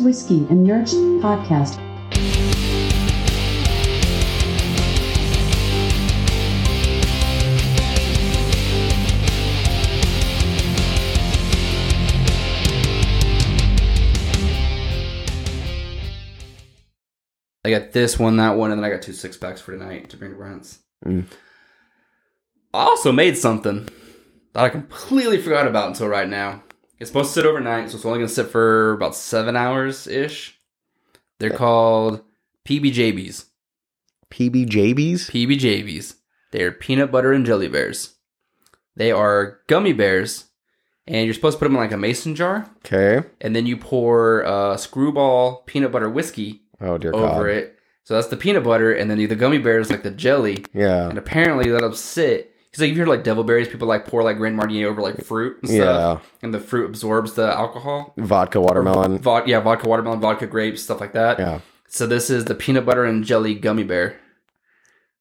Whiskey and Nerds podcast. I got this one, that one, and then I got two six packs for tonight to bring to Brent's. Mm. I also made something that I completely forgot about until right now. It's supposed to sit overnight, so it's only going to sit for about seven hours ish. They're called PBJBs. PBJBs? PBJBs. They're peanut butter and jelly bears. They are gummy bears, and you're supposed to put them in like a mason jar, Okay. and then you pour uh, screwball peanut butter whiskey Oh dear God. over it. So that's the peanut butter, and then the gummy bears like the jelly. Yeah. And apparently that'll sit. Because like, if you hear like devil berries, people like pour like Grand Marnier over like fruit and stuff, Yeah. and the fruit absorbs the alcohol. Vodka watermelon. Vod- yeah, vodka, watermelon, vodka, grapes, stuff like that. Yeah. So this is the peanut butter and jelly gummy bear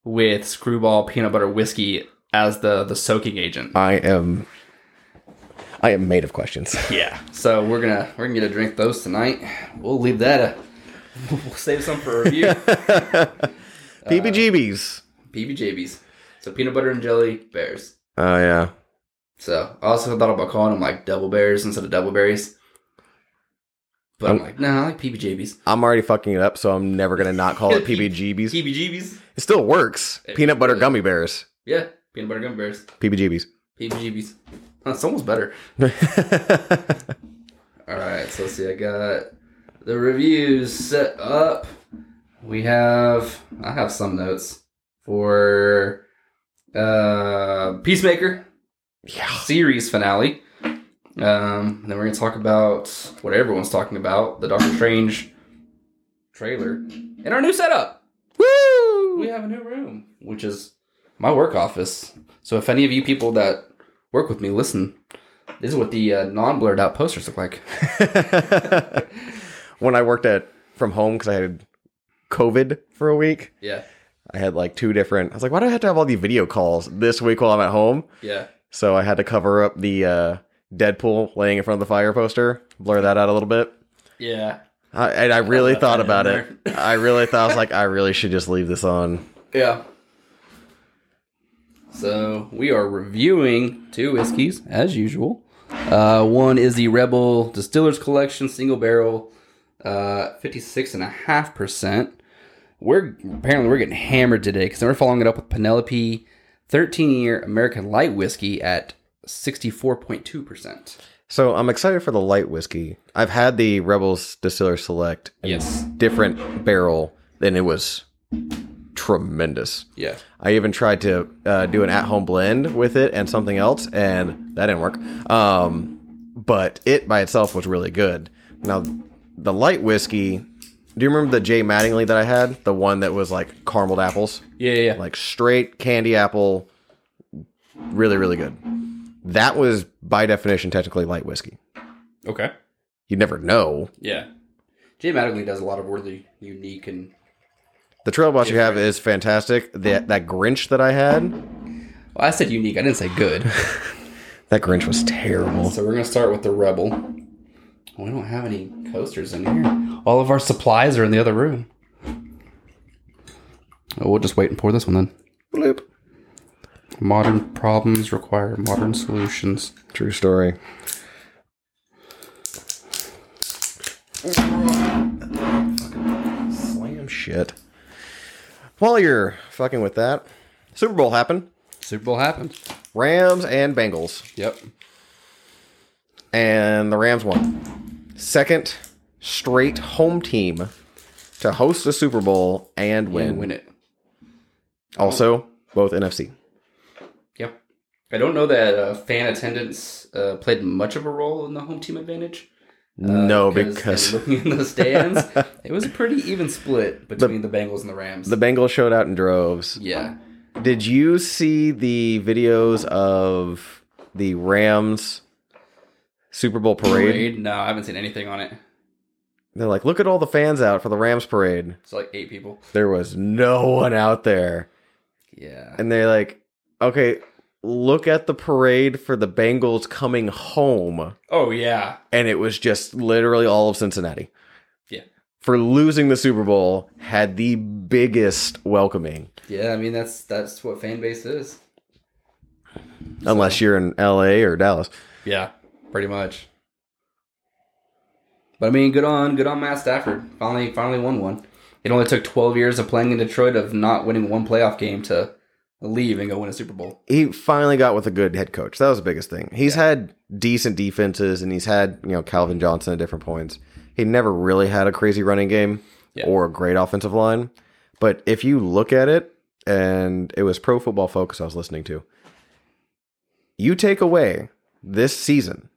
with screwball peanut butter whiskey as the the soaking agent. I am I am made of questions. yeah. So we're gonna we're gonna get a drink those tonight. We'll leave that. A, we'll save some for review. PBJBs. PBJBs. So peanut butter and jelly bears. Oh yeah. So I also thought about calling them like double bears instead of double berries. But I'm, I'm- like, nah, I like PBJBs. I'm already fucking it up, so I'm never gonna not call it PBJBs. PBJBs. It still works. It Peanut butter really- gummy bears. Yeah, peanut butter gummy bears. PBJBs. PBJBs. That's almost better. All right, so let's see. I got the reviews set up. We have, I have some notes for uh, Peacemaker yeah. series finale. Um, then we're gonna talk about what everyone's talking about: the Doctor Strange trailer and our new setup. We Woo! have a new room, which is my work office. So if any of you people that work with me listen, this is what the uh, non-blurred out posters look like. when I worked at from home because I had COVID for a week, Yeah, I had like two different. I was like, why do I have to have all the video calls this week while I'm at home? yeah. So I had to cover up the uh, Deadpool laying in front of the fire poster, blur that out a little bit. Yeah. I, and I really left thought that about in it. I really thought I was like, I really should just leave this on. Yeah. So we are reviewing two whiskeys as usual. Uh, one is the Rebel Distillers Collection single barrel, uh, fifty-six and a half percent. We're apparently we're getting hammered today because we're following it up with Penelope, thirteen-year American Light whiskey at sixty-four point two percent. So I'm excited for the light whiskey. I've had the Rebels Distiller Select, in Yes. different barrel, and it was tremendous. Yeah. I even tried to uh, do an at home blend with it and something else, and that didn't work. Um, but it by itself was really good. Now, the light whiskey, do you remember the J. Mattingly that I had? The one that was like carameled apples, Yeah. Yeah. like straight candy apple, really, really good. That was by definition technically light whiskey. okay. You never know. Yeah. Jay Mattingly does a lot of really unique and The trail boss you have is fantastic. That that Grinch that I had, well, I said unique. I didn't say good. that Grinch was terrible. So we're gonna start with the Rebel. We don't have any coasters in here. All of our supplies are in the other room. Oh, we'll just wait and pour this one then. Bloop. Modern problems require modern solutions. True story. Slam shit. While you're fucking with that, Super Bowl happened. Super Bowl happened. Rams and Bengals. Yep. And the Rams won. Second straight home team to host the Super Bowl and win. Uh, And win it. Also, both NFC. Yep. I don't know that uh, fan attendance uh, played much of a role in the home team advantage. uh, no, because looking in the stands, it was a pretty even split between the, Bengals and the Rams. the Bengals showed out in droves. yeah. Did you see the videos of the Rams Super Bowl parade? Parade? No, I haven't seen anything on it. They're like, look at all the fans out for the Rams parade. It's like eight people. There was no one out there. Yeah. And they're like, okay, look at the parade for the Bengals coming home. Oh yeah. And it was just literally all of Cincinnati. for losing the Super Bowl had the biggest welcoming. Yeah, I mean that's that's what fan base is. Unless you're in LA or Dallas. Yeah, pretty much. But I mean, good on good on Matt Stafford. Finally, finally won one. It only took 12 years of playing in Detroit of not winning one playoff game to leave and go win a Super Bowl. He finally got with a good head coach. That was the biggest thing. He's had decent defenses and he's had, you know, Calvin Johnson at different points. He never really had a crazy running game Yeah. or a great offensive line. But if you look at it, and it was Pro Football Focus I was listening to, you take away this season,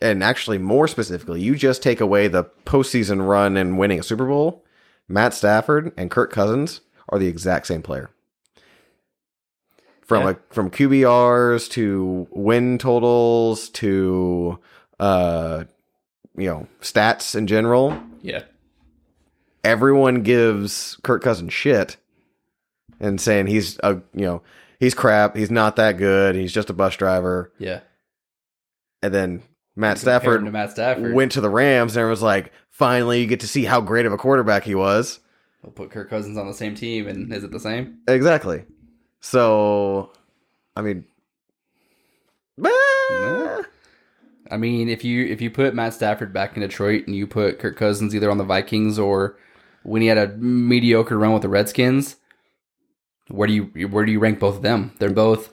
and actually more specifically, you just take away the postseason run and winning a Super Bowl, Matt Stafford and Kirk Cousins are the exact same player. From Yeah. a, from QBRs to win totals to uh you know stats in general, Yeah. everyone gives Kirk Cousins shit and saying he's a you know he's crap, he's not that good, he's just a bus driver. Yeah. And then Matt Compare him Stafford to Matt Stafford. went to the Rams and was like, finally, you get to see how great of a quarterback he was. We'll put Kirk Cousins on the same team, and is it the same? Exactly. So, I mean, No. I mean, if you if you put Matt Stafford back in Detroit and you put Kirk Cousins either on the Vikings or when he had a mediocre run with the Redskins, where do you where do you rank both of them? They're both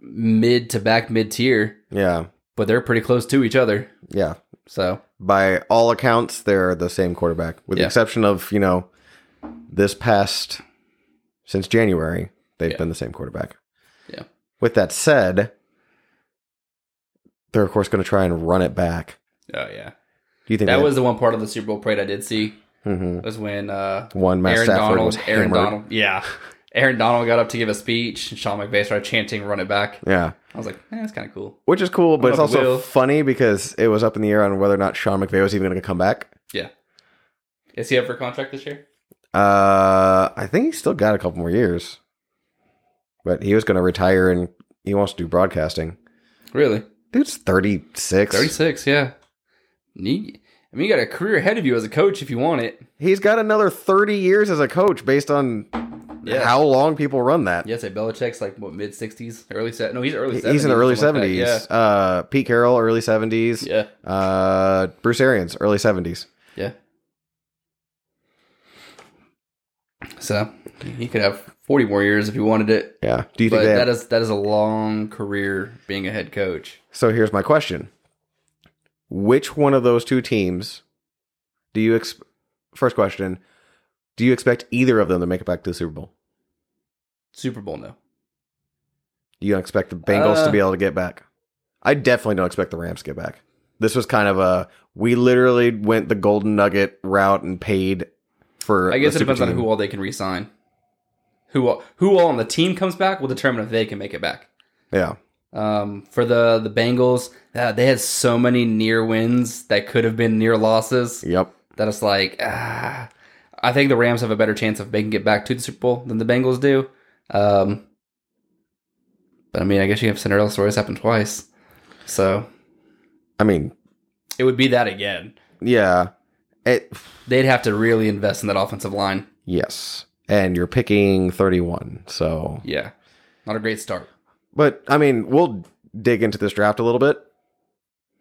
mid to back mid tier, yeah, but they're pretty close to each other. yeah. So By all accounts, they're the same quarterback, with Yeah. the exception of you know this past since January, they've Yeah. been the same quarterback. Yeah. With that said, they're of course going to try and run it back. oh yeah, Do you think that they- was the one part of the Super Bowl parade I did see Mhm. was when uh, one? Matt Aaron Stafford Donald, was Aaron hammered. Donald, yeah, Aaron Donald got up to give a speech, and Sean McVay started chanting "Run it back." Yeah. I was like, eh, that's kind of cool. which is cool, but I'm it's up with also Will. funny because it was up in the air on whether or not Sean McVay was even going to come back. Yeah. Is he up for contract this year? Uh, I think he's still got a couple more years, but he was going to retire and he wants to do broadcasting. Really? Dude's thirty six. 36, yeah. Neat. I mean, you got a career ahead of you as a coach if you want it. He's got another thirty years as a coach based on how long people run that. Yes, at Belichick's like, what, mid 60s? Early 70s? No, he's early 70s. He's in the early something like seventies. Uh, Pete Carroll, early seventies. that. Yeah. Uh, Bruce Arians, early seventies. Yeah. Yeah. So, he could have 40 more years if he wanted it. Yeah. Do you But think they that have is that is a long career being a head coach. So here's my question: Which one of those two teams do you ex- first question? Do you expect either of them to make it back to the Super Bowl? Super Bowl, no. Do you expect the Bengals Uh. to be able to get back? I definitely don't expect the Rams to get back. This was kind of a we literally went the golden nugget route and paid for. I guess it the super depends on team. who all they can resign. Who all, who all on the team comes back will determine if they can make it back. Yeah, Um, for the the Bengals, uh, they had so many near wins that could have been near losses yep, that it's like, ah, I think the Rams have a better chance of making it back to the Super Bowl than the Bengals do. Um, but I mean, I guess you have Cinderella stories happen twice, so I mean, it would be that again. yeah, it They'd have to really invest in that offensive line. yes, and you're picking thirty-one, so Yeah, not a great start. But I mean, we'll dig into this draft a little bit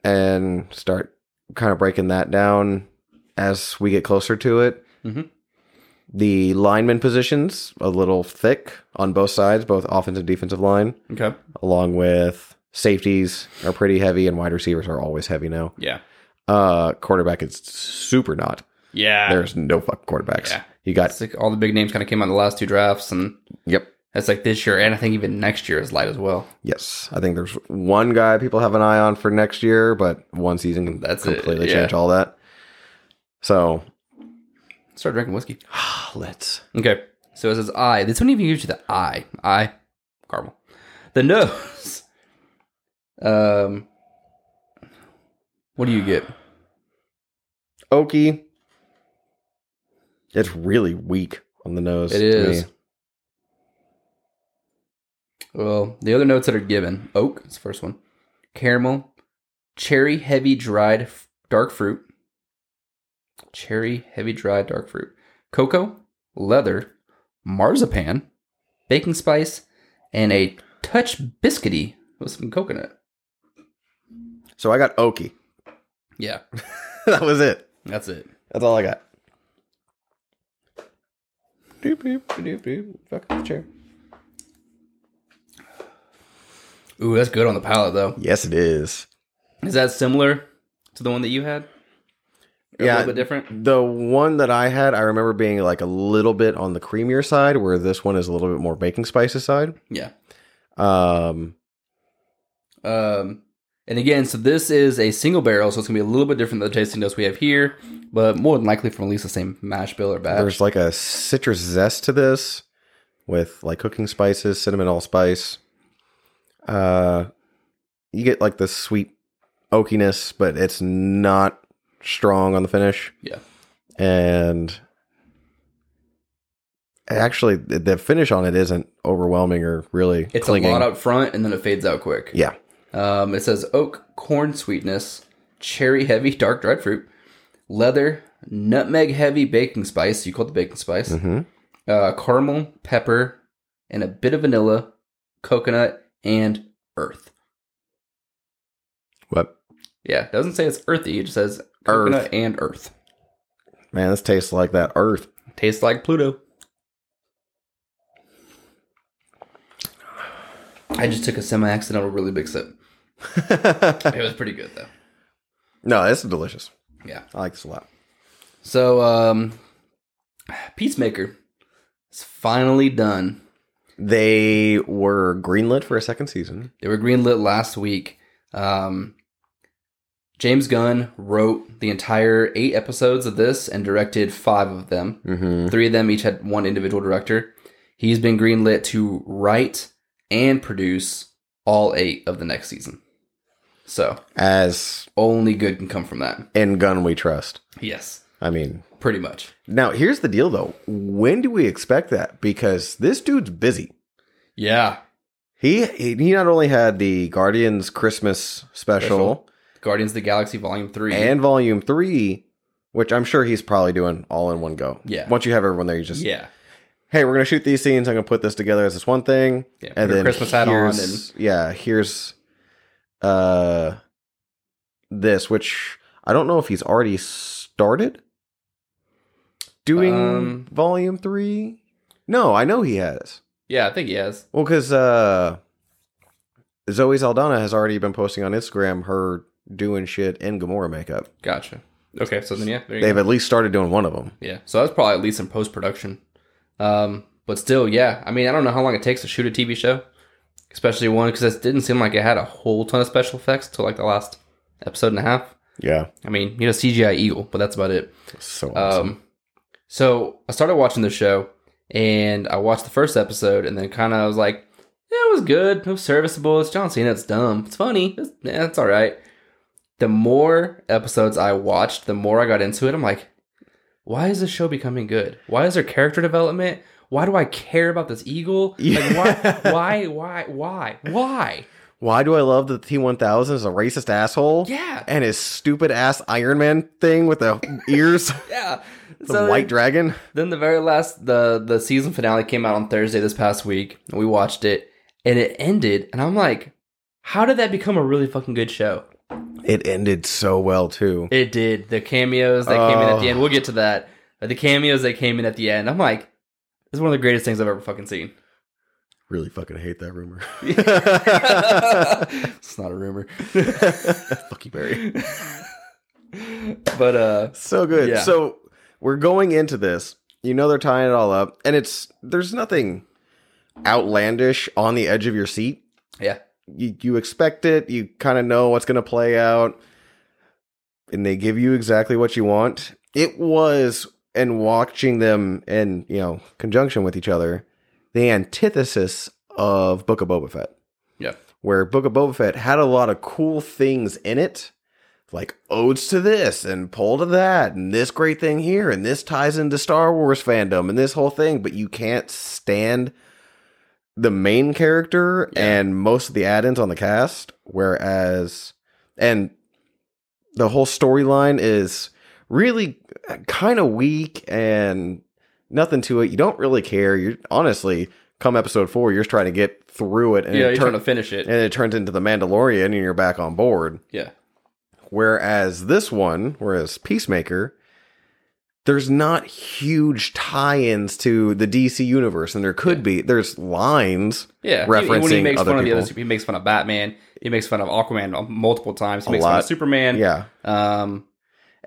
and start kind of breaking that down as we get closer to it. Mhm. The lineman positions a little thick on both sides, both offensive and defensive line, Okay. along with safeties are pretty heavy and wide receivers are always heavy now. Yeah. Uh quarterback is super not. Yeah. There's no fuck quarterbacks. Ah. Yeah. You got It's like all the big names kind of came out in the last two drafts, and yep. that's like this year, and I think even next year is light as well. Yes, I think there's one guy people have an eye on for next year, but one season can That's it, completely yeah. change all that. So Start drinking whiskey. let's. Okay. So it says I. This one even gives you the I. I. Caramel. The nose. Um. What do you get? Okie. It's really weak on the nose. It to is. me. Well, the other notes that are given oak, it's the first one, caramel, cherry, heavy dried f- dark fruit, cherry, heavy dry dark fruit, cocoa, leather, marzipan, baking spice, and a touch biscuity with some coconut. So I got oaky. Yeah, that was it. that's it. That's all I got. Doop, doop, doop, doop. Fuck the chair. Ooh, that's good on the palate though. Yes, it is. Is that similar to the one that you had? A Yeah. little bit different. The one that I had, I remember being like a little bit on the creamier side, where this one is a little bit more baking spices side. Yeah. Um, Um, and again, so this is a single barrel, so it's gonna be a little bit different than the tasting notes we have here, but more than likely from at least the same mash bill or batch. there's like a citrus zest to this, with like cooking spices, cinnamon allspice. Uh, you get like the sweet oakiness, but it's not strong on the finish. Yeah. and actually the the finish on it isn't overwhelming or really It's clinging. a lot up front, and then it fades out quick. yeah Um, it says oak, corn sweetness, cherry heavy, dark dried fruit, leather, nutmeg heavy baking spice. You call it the baking spice. hmm Uh, caramel, pepper, and a bit of vanilla, coconut, and earth. what Yeah, it doesn't say it's earthy. It just says coconut Earth. and earth. man this tastes like that earth Tastes like Pluto. I just took a semi-accidental really big sip. It was pretty good though. no this is delicious Yeah. i like this a lot So, um, Peacemaker is finally done. they were greenlit for a second season They were greenlit last week. Um, James Gunn wrote the entire eight episodes of this and directed five of them. mm-hmm. Three of them each had one individual director. He's been greenlit to write and produce all eight of the next season. So as only good can come from that. in gun we trust Yes, i mean pretty much. now here's the deal though when do we expect that because this dude's busy Yeah, he he he not only had the guardians christmas special. Special. Guardians of the Galaxy Volume Three. and volume three, which I'm sure he's probably doing all in one go. Yeah. Once you have everyone there, you just yeah, hey, we're gonna shoot these scenes. I'm gonna put this together as this one thing, yeah. put your and then Christmas hat on here's- and yeah, here's uh this, which I don't know if he's already started doing Um, volume three. No, I know he has. Yeah, I think he has. Well, because uh, Zoe Saldana has already been posting on Instagram her doing shit in Gamora makeup. Gotcha. Okay, so then yeah, there you They've go. at least started doing one of them. yeah. So that's probably at least in post production. Um, but still, yeah. I mean, I don't know how long it takes to shoot a TV show, especially one because it didn't seem like it had a whole ton of special effects till like the last episode and a half. Yeah. I mean, you know, CGI eagle, but that's about it. So awesome. Um, so I started watching the show, and I watched the first episode, and then kind of I was like, yeah, it was good, it was serviceable. It's John Cena, it's dumb, it's funny, it's, yeah, it's all right. The more episodes I watched, the more I got into it. I'm like, why is this show becoming good? Why is there character development? Why do I care about this eagle? Yeah. Like, why, why, why, why, why? Why do I love that the T one thousand is a racist asshole? Yeah. And his stupid ass Iron Man thing with the ears, Yeah. the So- white dragon. Then the very last the the season finale came out on Thursday this past week, and we watched it, and it ended, and I'm like, how did that become a really fucking good show? It ended so well too. It did. The cameos that came in at the Oh. end, we'll get to that. But the cameos that came in at the end, I'm like, this is one of the greatest things I've ever fucking seen. Really fucking hate that rumor. it's not a rumor. Fuck you, Barry. but uh So good. Yeah. So we're going into this. You know they're tying it all up, and it's there's nothing outlandish on the edge of your seat. yeah. you, you expect it you kind of know what's going to play out and they give you exactly what you want it was and watching them in you know conjunction with each other the antithesis of book of boba fett Yeah. where book of boba fett had a lot of cool things in it like odes to this and pull to that and this great thing here and this ties into star wars fandom and this whole thing but you can't stand the main character Yeah. and most of the add-ins on the cast whereas and the whole storyline is really kind of weak and nothing to it. You don't really care. You're honestly come episode four, you're just trying to get through it, and yeah, it you're turn- trying to finish it. and it turns into the Mandalorian, and you're back on board. yeah. Whereas this one, whereas Peacemaker, there's not huge tie-ins to the DC universe, and there could be. There's lines. Yeah, he- when he referencing makes other fun of the people. others, he makes fun of Batman. He makes fun of Aquaman multiple times. He A makes fun of lot. Superman. Yeah. Um.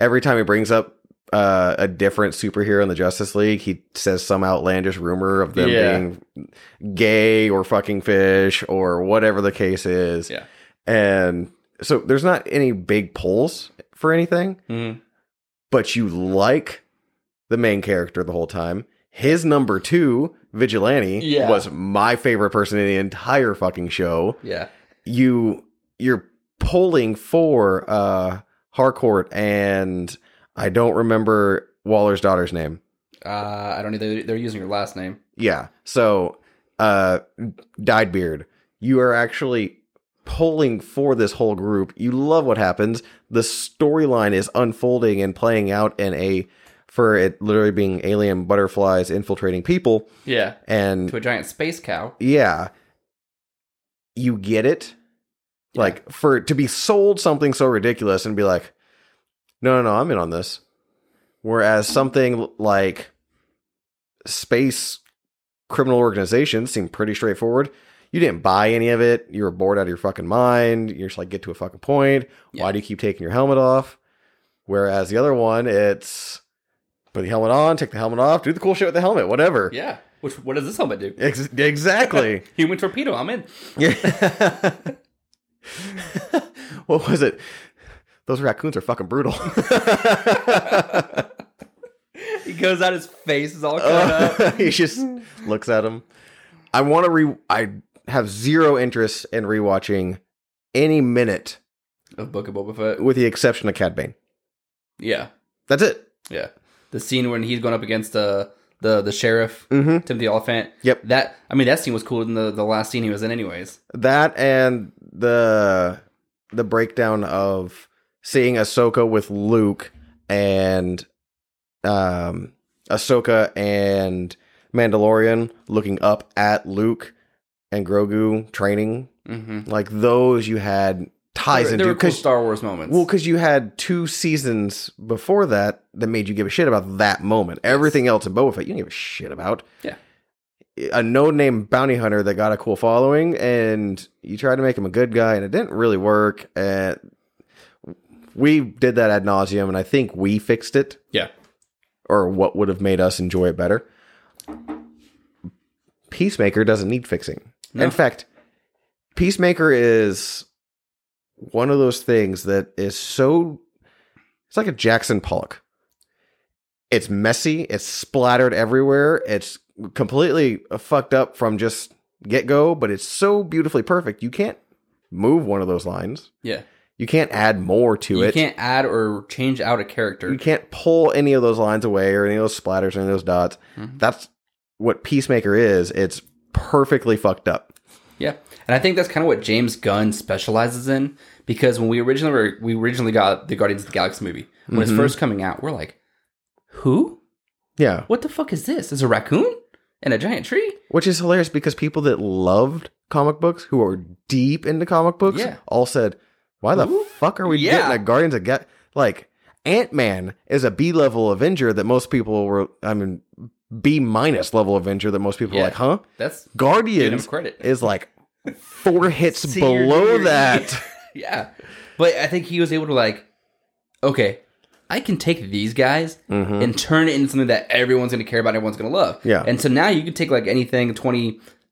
Every time he brings up uh, a different superhero in the Justice League, he says some outlandish rumor of them Yeah. being gay or fucking fish or whatever the case is. Yeah. And so there's not any big pulls for anything. mhm. but you like the main character the whole time. His number two, Vigilante, Yeah. was my favorite person in the entire fucking show. Yeah. You you're pulling for uh Harcourt and I don't remember Waller's daughter's name. Uh, I don't know. They're, they're using your last name. Yeah. So uh dyed beard. You are actually pulling for this whole group. You love what happens. The storyline is unfolding and playing out in a for it literally being alien butterflies infiltrating people Yeah. and To a giant space cow. yeah. You get it? Yeah. Like for it to be sold something so ridiculous and be like, no, no, no, I'm in on this. Whereas something like space criminal organizations seem pretty straightforward. You didn't buy any of it. You were bored out of your fucking mind. You're just like, get to a fucking point. Yeah. Why do you keep taking your helmet off? Whereas the other one, it's put the helmet on, take the helmet off, do the cool shit with the helmet, whatever. Yeah. Which what does this helmet do? Ex- exactly. Human torpedo. I'm in. Yeah. what was it? Those raccoons are fucking brutal. He goes out. His face is all cut up. he just looks at him. I want to re. I have zero interest in rewatching any minute, Of Book of Boba Fett. with the exception of Cad Bane. Yeah. That's it. Yeah. The scene when he's going up against the the the sheriff, Mhm. Timothy Oliphant. Yep. That I mean that scene was cooler than the the last scene he was in, anyways. That and the the breakdown of seeing Ahsoka with Luke and um Ahsoka and Mandalorian looking up at Luke and Grogu training. Mm-hmm. Like those you had ties there into were cool because Star Wars moments. well, because you had two seasons before that that made you give a shit about that moment. Everything else in Boba Fett, you didn't give a shit about. Yeah. A no name bounty hunter that got a cool following, and you tried to make him a good guy, and it didn't really work. And we did that ad nauseum, and I think we fixed it, yeah. or what would have made us enjoy it better. Peacemaker doesn't need fixing. No. In fact, Peacemaker is one of those things that is so it's like a Jackson Pollock. It's messy, it's splattered everywhere, it's completely fucked up from just get go, but it's so beautifully perfect. You can't move one of those lines. Yeah. You can't add more to You it. can't add or change out a character. You can't pull any of those lines away or any of those splatters or any of those dots. Mhm. That's what Peacemaker is. It's perfectly fucked up. Yeah, and I think that's kind of what James Gunn specializes in because when we originally were, we originally got the Guardians of the Galaxy movie when it's Mhm. first coming out, we're like, "Who? Yeah. What the fuck is this? Is a raccoon and a giant tree?" Which is hilarious because people that loved comic books, who are deep into comic books, Yeah. all said, "Why the Who? fuck are we Yeah. getting a Guardians of Ga- like Ant Man is a B level Avenger that most people were, I mean, B minus level Avenger that most people Yeah. were like, huh? That's give him Guardians credit. is like four hits Senior below year. that. yeah, but I think he was able to like, okay, I can take these guys Mhm. and turn it into something that everyone's going to care about, and everyone's going to love. Yeah. and so now you can take like anything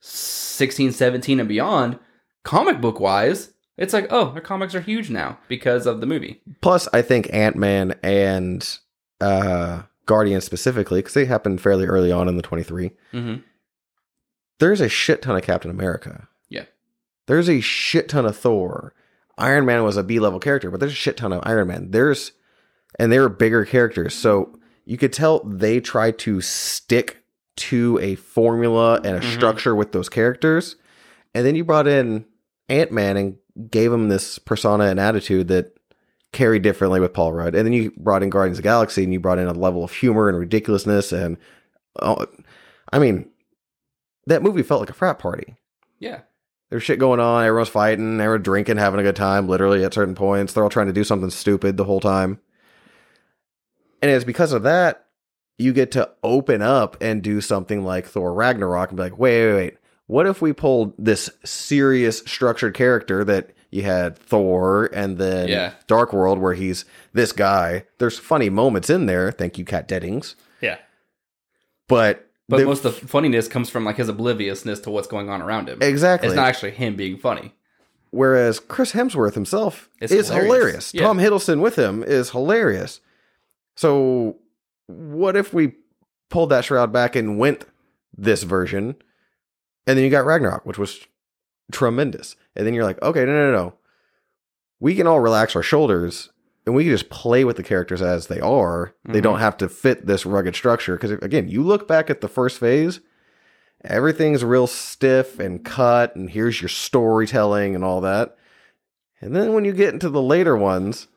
2016, 17, and beyond, comic book wise. It's like, oh, their comics are huge now because of the movie. Plus, I think Ant Man and uh, Guardians specifically, because they happened fairly early on in the twenty three. Mm-hmm. there's a shit ton of Captain America. Yeah. There's a shit ton of Thor. Iron Man was a B level character, but there's a shit ton of Iron Man. There's and they were bigger characters. So you could tell they try to stick to a formula and a Mhm. structure with those characters. And then you brought in Ant Man and gave him this persona and attitude that carried differently with Paul Rudd. And then you brought in Guardians of the Galaxy and you brought in a level of humor and ridiculousness. And oh, I mean, that movie felt like a frat party. Yeah. There's shit going on. Everyone's fighting. Everyone drinking, having a good time. Literally at certain points, they're all trying to do something stupid the whole time. And it's because of that you get to open up and do something like Thor Ragnarok and be like, wait, wait, wait. What if we pulled this serious, structured character that you had Thor and then Yeah. Dark World, where he's this guy? There's funny moments in there. Thank you, Kat Deddings. Yeah. But, But the- most of the funniness comes from like his obliviousness to what's going on around him. exactly. It's not actually him being funny. Whereas Chris Hemsworth himself It's is hilarious. hilarious. Yeah. Tom Hiddleston with him is hilarious. So, what if we pulled that shroud back and went this version, and then you got Ragnarok, which was tremendous. And then you're like, okay, no, no, no, no. We can all relax our shoulders and we can just play with the characters as they are. They Mhm. don't have to fit this rugged structure. Because again, you look back at the first phase, everything's real stiff and cut, and here's your storytelling and all that. And then when you get into the later ones,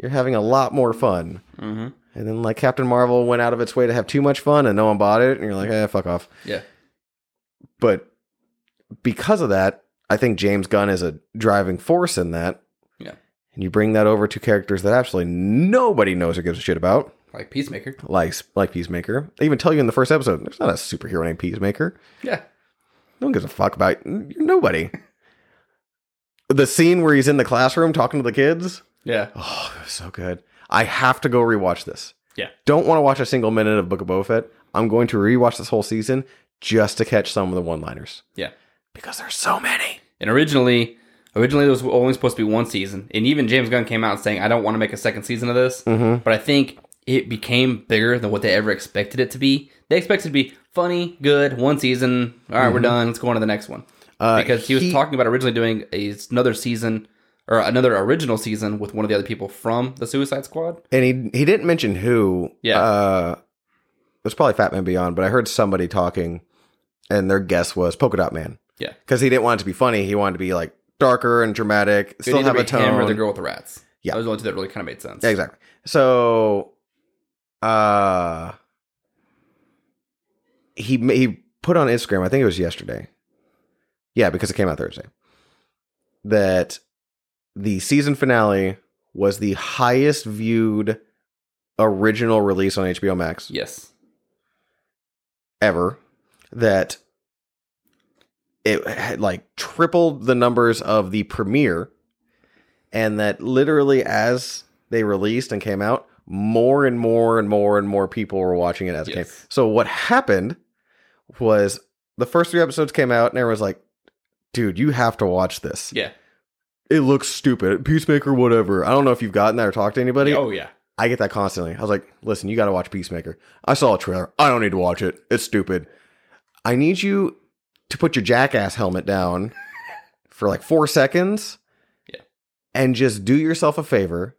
you're having a lot more fun. Mm-hmm. And then like Captain Marvel went out of its way to have too much fun and no one bought it, and you're like, eh, fuck off. Yeah. But because of that, I think James Gunn is a driving force in that. Yeah. And you bring that over to characters that absolutely nobody knows or gives a shit about, Like Peacemaker. like like Peacemaker. They even tell you in the first episode, there's not a superhero named Peacemaker. Yeah. No one gives a fuck about you're nobody. the scene where he's in the classroom talking to the kids. Yeah. Oh, it was so good. I have to go rewatch this. Yeah. Don't want to watch a single minute of Book of Boba Fett. I'm going to rewatch this whole season just to catch some of the one-liners. Yeah. Because there's so many. And originally, originally there was only supposed to be one season. And even James Gunn came out saying, "I don't want to make a second season of this." Mm-hmm. But I think it became bigger than what they ever expected it to be. They expected it to be funny, good, one season. All right, we're done. Let's go on to the next one. Mm-hmm. Uh, because he was talking about originally doing a, another season or another original season with one of the other people from the Suicide Squad. and he he didn't mention who. Yeah. Uh, it was probably Fat Man Beyond, but I heard somebody talking, and their guess was Polka Dot Man. Yeah. Because he didn't want it to be funny. He wanted to be like darker and dramatic, still It'd have either a be him tone. or the girl with the rats. Yeah. those are the only two that really kind of made sense. Yeah, exactly. So, uh, he ma- he put on Instagram. I think it was yesterday. Yeah, because it came out Thursday. That the season finale was the highest viewed original release on HBO Max Yes. ever. That it had like tripled the numbers of the premiere, and that literally as they released and came out, more and more and more and more people were watching it as it came. Yes. So what happened was the first three episodes came out, and everyone was like, "Dude, you have to watch this. Yeah. It looks stupid. Peacemaker, whatever. I don't know if you've gotten that or talked to anybody. oh yeah. I get that constantly. I was like, listen, you got to watch Peacemaker. I saw a trailer. I don't need to watch it. It's stupid. I need you to put your jackass helmet down for like four seconds. Yeah. And just do yourself a favor.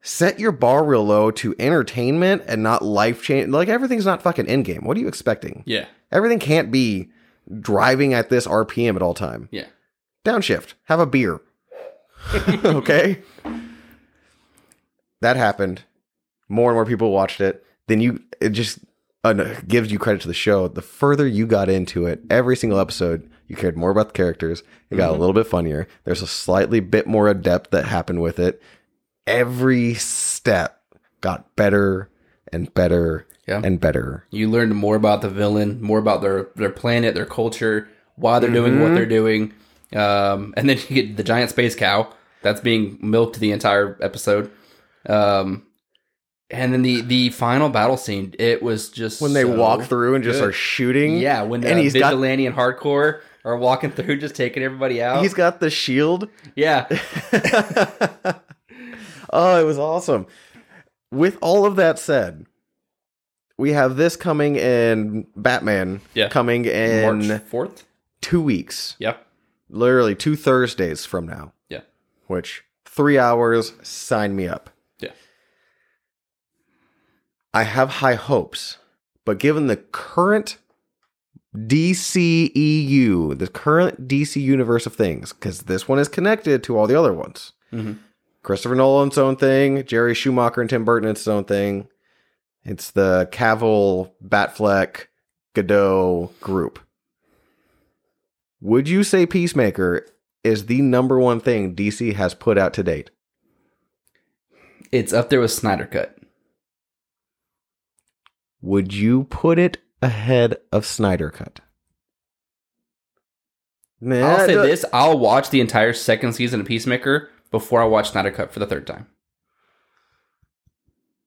Set your bar real low to entertainment and not life change. Like everything's not fucking endgame. What are you expecting? Yeah. Everything can't be driving at this RPM at all time. Yeah. Downshift. Have a beer. okay? That happened. More and more people watched it. Then you it just uh, gives you credit to the show. The further you got into it, every single episode, you cared more about the characters. It Mm-hmm. got a little bit funnier. There's a slightly bit more adept that happened with it. Every step got better and better Yeah. and better. You learned more about the villain, more about their their planet, their culture, why they're doing Mm-hmm. what they're doing, um, and then you get the giant space cow that's being milked the entire episode, um, and then the the final battle scene. It was just when they so- walk through and just good. are shooting. Yeah, when and uh, he's got vigilante and hardcore are walking through, just taking everybody out. he's got the shield. yeah, oh, it was awesome. With all of that said, we have this coming in Batman Yeah. coming in March fourth. two weeks, Yeah, literally two Thursdays from now. Yeah. which three hours sign me up. Yeah. I have high hopes, but given the current E DCEU, the current DC universe of things, because this one is connected to all the other ones, Mhm. Christopher Nolan's own thing, Jerry Schumacher and Tim Burton its own thing. It's the Cavill, Batfleck, Godot group. Would you say Peacemaker is the number one thing DC has put out to date? It's up there with Snyder Cut. Would you put it ahead of Snyder Cut? I'll say Nah, this: I'll watch the entire second season of Peacemaker before I watch Snyder Cut for the third time.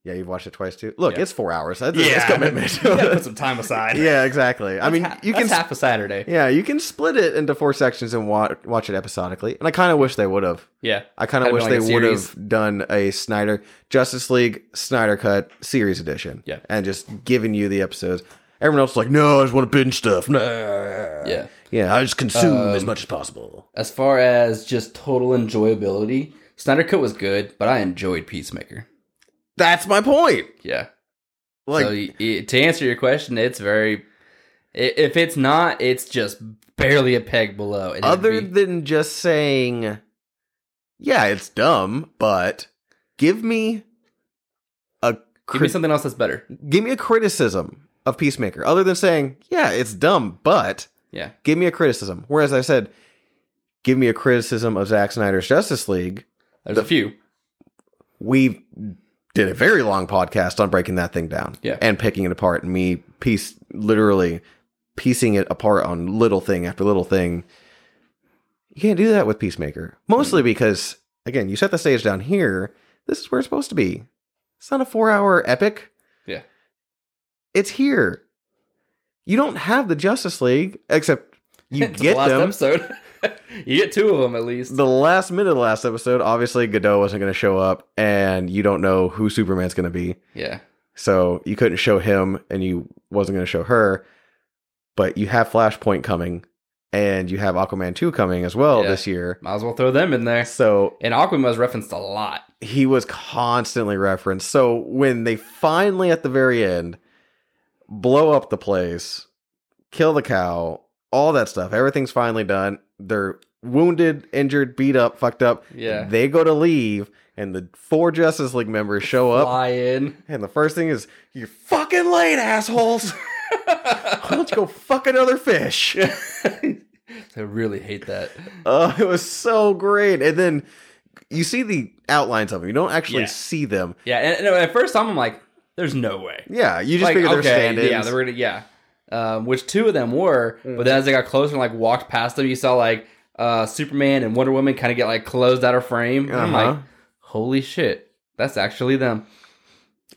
Yeah, you've watched it twice too. Look, Yeah. it's four hours. That's Yeah. it's commitment. You gotta put some time aside. yeah, exactly. I mean, That's ha- you can that's half a Saturday. Yeah, you can split it into four sections and wa- watch it episodically. And I kind of wish they would have. Yeah, I kind of Had it wish been they like a would have done a Snyder Justice League Snyder cut series edition. Yeah. and just giving you the episodes. Everyone else is like, no, I just want to binge stuff. Nah. yeah. yeah, I just Uh, consume as Um, much as possible. As far as just total enjoyability, Snyder Cut was good, but I enjoyed Peacemaker. That's my point. Yeah. Like, so y- y- to answer your question, it's very. i- If it's not, it's just barely a peg below. And it'd other be- than just saying, yeah, it's dumb, but give me a give me crit- something else that's better. give me a criticism of Peacemaker, other than saying, yeah, it's dumb, but Yeah. give me a criticism. Whereas I said, give me a criticism of Zack Snyder's Justice League. There's a few. We did a very long podcast on breaking that thing down Yeah. and picking it apart, and me piece literally piecing it apart on little thing after little thing. You can't do that with Peacemaker, mostly because again, you set the stage down here. This is where it's supposed to be. It's not a four-hour epic. Yeah. it's here. You don't have the Justice League except you It's get the last them episode. you get two of them at least. the last minute of the last episode, obviously Godot wasn't going to show up, and you don't know who Superman's going to be, yeah. so you couldn't show him, and you wasn't going to show her. But you have Flashpoint coming, and you have Aquaman two coming as well Yeah. this year. Might as well throw them in there. So And Aquaman was referenced a lot. he was constantly referenced. So when they finally at the very end blow up the place, kill the cow, all that stuff, everything's finally done. They're wounded, injured, beat up, fucked up. Yeah. They go to leave, and the four Justice League members show up. Fly in. And the first thing is, you're fucking late, assholes. Why don't you go fuck another fish? I really hate that. Oh, it was so great. And then you see the outlines of them. You don't actually Yeah. see them. Yeah, and, and at first time I'm like, there's no way. Yeah, you just like, figure they're stand-ins. Yeah, they were gonna, yeah. Um, which two of them were, but then as they got closer and like walked past them, you saw like uh, Superman and Wonder Woman kind of get like closed out of frame. And I'm like, Uh-huh. holy shit, that's actually them.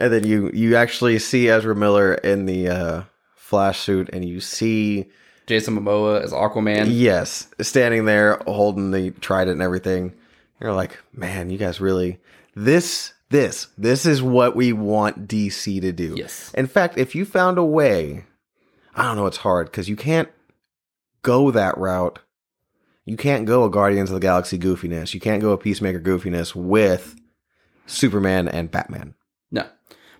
And then you you actually see Ezra Miller in the uh, Flash suit, and you see Jason Momoa as Aquaman. yes, standing there holding the trident and everything. You're like, man, you guys really this this this is what we want DC to do. Yes. In fact, if you found a way, I don't know, it's hard because you can't go that route. You can't go a Guardians of the Galaxy goofiness. You can't go a Peacemaker goofiness with Superman and Batman. No.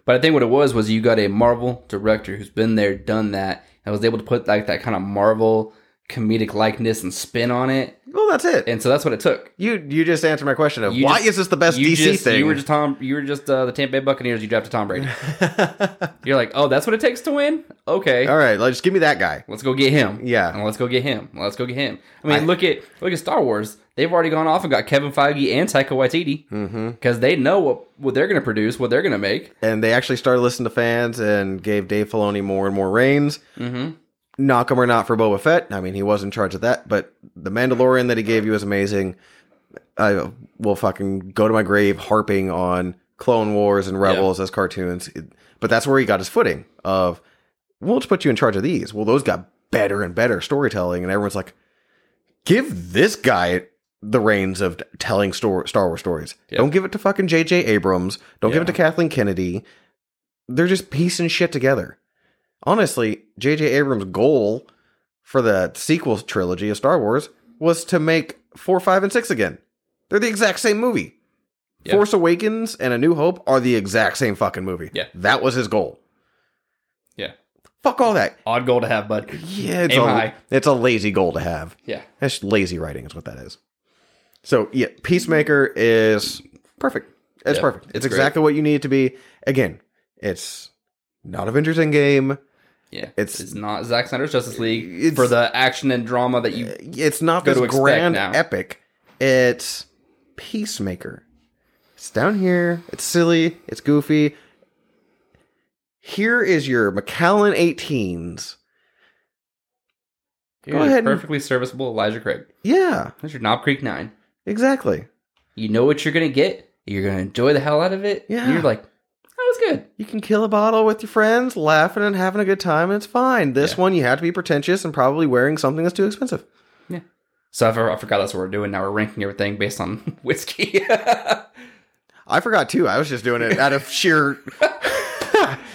But I think what it was was you got a Marvel director who's been there, done that, and was able to put like that kind of Marvel comedic likeness and spin on it. Well, that's it. And so that's what it took. You you just answered my question of You why just- is this the best you DC just, thing? You were just Tom. You were just uh, the Tampa Bay Buccaneers. You drafted Tom Brady. You're like, oh, that's what it takes to win. Okay, All right, like, just give me that guy. let's go get him. Yeah. and let's go get him. Let's go get him. I mean, I- look at look at Star Wars. They've already gone off and got Kevin Feige and Taika Waititi Mm-hmm. because they know what what they're going to produce, what they're going to make. And they actually started listening to fans and gave Dave Filoni more and more reigns. Mm-hmm. Knock him or not for Boba Fett. I mean, he was in charge of that, but the Mandalorian that he gave you is amazing. I will fucking go to my grave harping on Clone Wars and Rebels as cartoons, It- but that's where he got his footing. Of we'll just put you in charge of these. Well, those got better and better storytelling, and everyone's like, give this guy the reins of telling stor- Star Wars stories. Yeah. Don't give it to fucking J.J. Abrams. Don't give it to Yeah. Kathleen Kennedy. They're just piecing shit together. Honestly, J.J. Abrams' goal for the sequel trilogy of Star Wars was to make four, five, and six again. They're the exact same movie. Yeah. Force Awakens and A New Hope are the exact same fucking movie. Yeah. That was his goal. Yeah, Fuck all that. odd goal to have, bud. Yeah, it's, Aim a, high. it's a lazy goal to have. Yeah, That's lazy writing, is what that is. So yeah, Peacemaker is Perfect. It's Yeah, perfect. it's It's, exactly what you need it to be. Again, it's not Avengers Endgame. Yeah, It's- it's not Zack Snyder's Justice League It's- for the action and drama that you. It's not Go this to expect grand now. epic. It's Peacemaker. It's down here. It's silly. It's goofy. Here is your McAllen 18s. Go ahead and- perfectly serviceable Elijah Craig. Yeah, That's your Knob Creek Nine. exactly. You know what you're gonna get. You're gonna enjoy the hell out of it. Yeah. and you're like, that was good. You can kill a bottle with your friends, laughing and having a good time, and it's fine. This Yeah. one, you have to be pretentious and probably wearing something that's too expensive. So I, for- I forgot that's what we're doing now. We're ranking everything based on whiskey. I forgot too. I was just doing it out of sheer.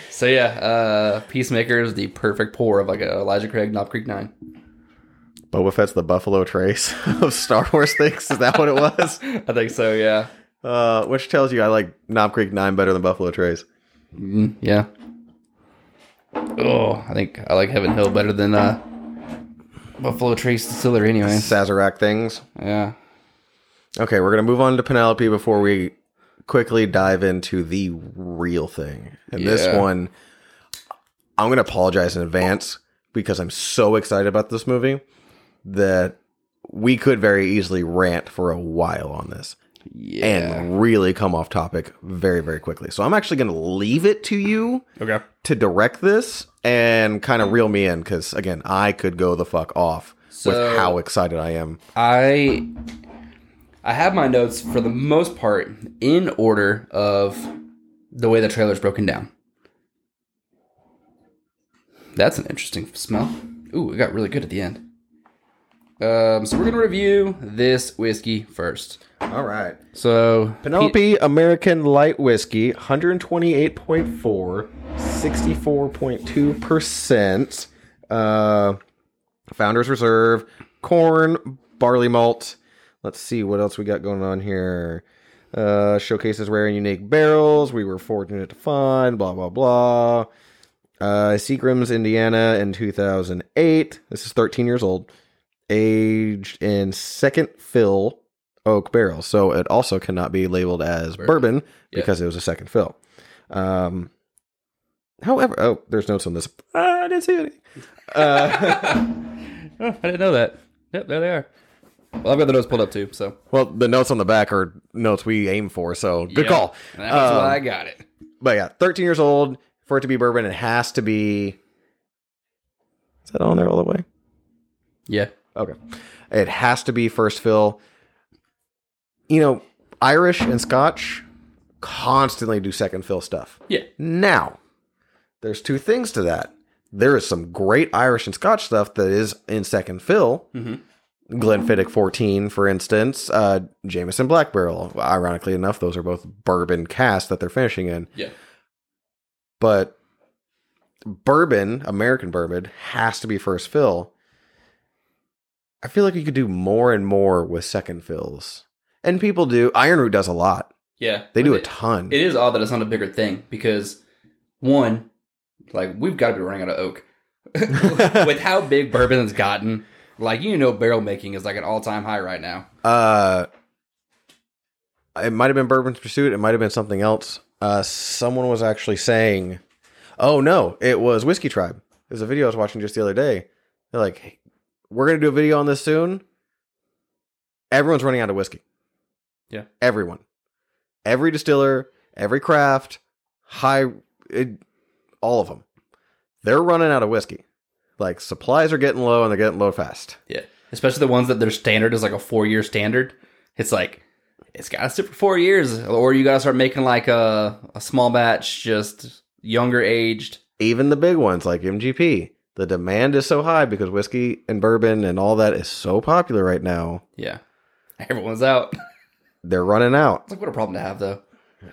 so yeah, uh, Peacemaker is the perfect pour of like a Elijah Craig Knob Creek Nine. Boba Fett's the Buffalo Trace of Star Wars things. Is that what it was? I think so. Yeah. Uh, which tells you I like Knob Creek Nine better than Buffalo Trace. Mm, yeah. Oh, I think I like Heaven Hill better than uh, Buffalo Trace Distillery. Anyway. Sazerac things. Yeah. Okay, we're gonna move on to Penelope before we quickly dive into the real thing. And this Yeah. one, I'm gonna apologize in advance because I'm so excited about this movie that we could very easily rant for a while on this Yeah. and really come off topic very very quickly. So I'm actually gonna leave it to you okay. to direct this and kind of reel me in because again, I could go the fuck off So- with how excited I am. I I have my notes for the most part in order of the way the trailer's broken down. That's an interesting smell. Ooh, it got really good at the end. Um, so we're gonna review this whiskey first. All right. So Penelope American Light Whiskey, 128.4, 64.2%. Uh, Founders Reserve, corn, barley malt. Let's see what else we got going on here. Uh, showcases rare and unique barrels we were fortunate to find, blah, blah, blah. Uh, Seagram's, Indiana in 2008. This is 13 years old. Aged in second fill oak barrel. So it also cannot be labeled as bourbon, Yeah. because it was a second fill. Um, however, oh, there's notes on this. Ah, I didn't see any. Uh, oh, I didn't know that. Yep, there they are. Well, I've got the notes pulled up too. So well, the notes on the back are notes we aim for. So good Yep. call. That's Um, why I got it. But yeah, 13 years old for it to be bourbon, it has to be. Is that on there all the way? Yeah. Okay. It has to be first fill. You know, Irish and Scotch constantly do second fill stuff. Yeah. Now, there's two things to that. There is some great Irish and Scotch stuff that is in second fill. Mhm. Glenfiddich 14, for instance, uh, Jameson Black Barrel. Ironically enough, those are both bourbon casks that they're finishing in. Yeah. But bourbon, American bourbon, has to be first fill. I feel like you could do more and more with second fills. And people do. Iron Root does a lot. Yeah. They do But a ton. it is odd that it's not a bigger thing because one, like we've got to be running out of oak with how big bourbon has gotten. Like you know, barrel making is like an all time high right now. Uh, it might have been Bourbon's Pursuit. It might have been something else. Uh, someone was actually saying, "Oh no, it was Whiskey Tribe." It was a video I was watching just the other day. They're like, hey, "We're gonna do a video on this soon." Everyone's running out of whiskey. Yeah. everyone, every distiller, every craft, high, it, all of them, they're running out of whiskey. Like supplies are getting low, and they're getting low fast. Yeah, especially the ones that their standard is like a four year standard. It's like it's got to sit for four years, or you got to start making like a a small batch, just younger aged. even the big ones like MGP, the demand is so high because whiskey and bourbon and all that is so popular right now. Yeah, everyone's out. It's They're running out. like what a problem to have though.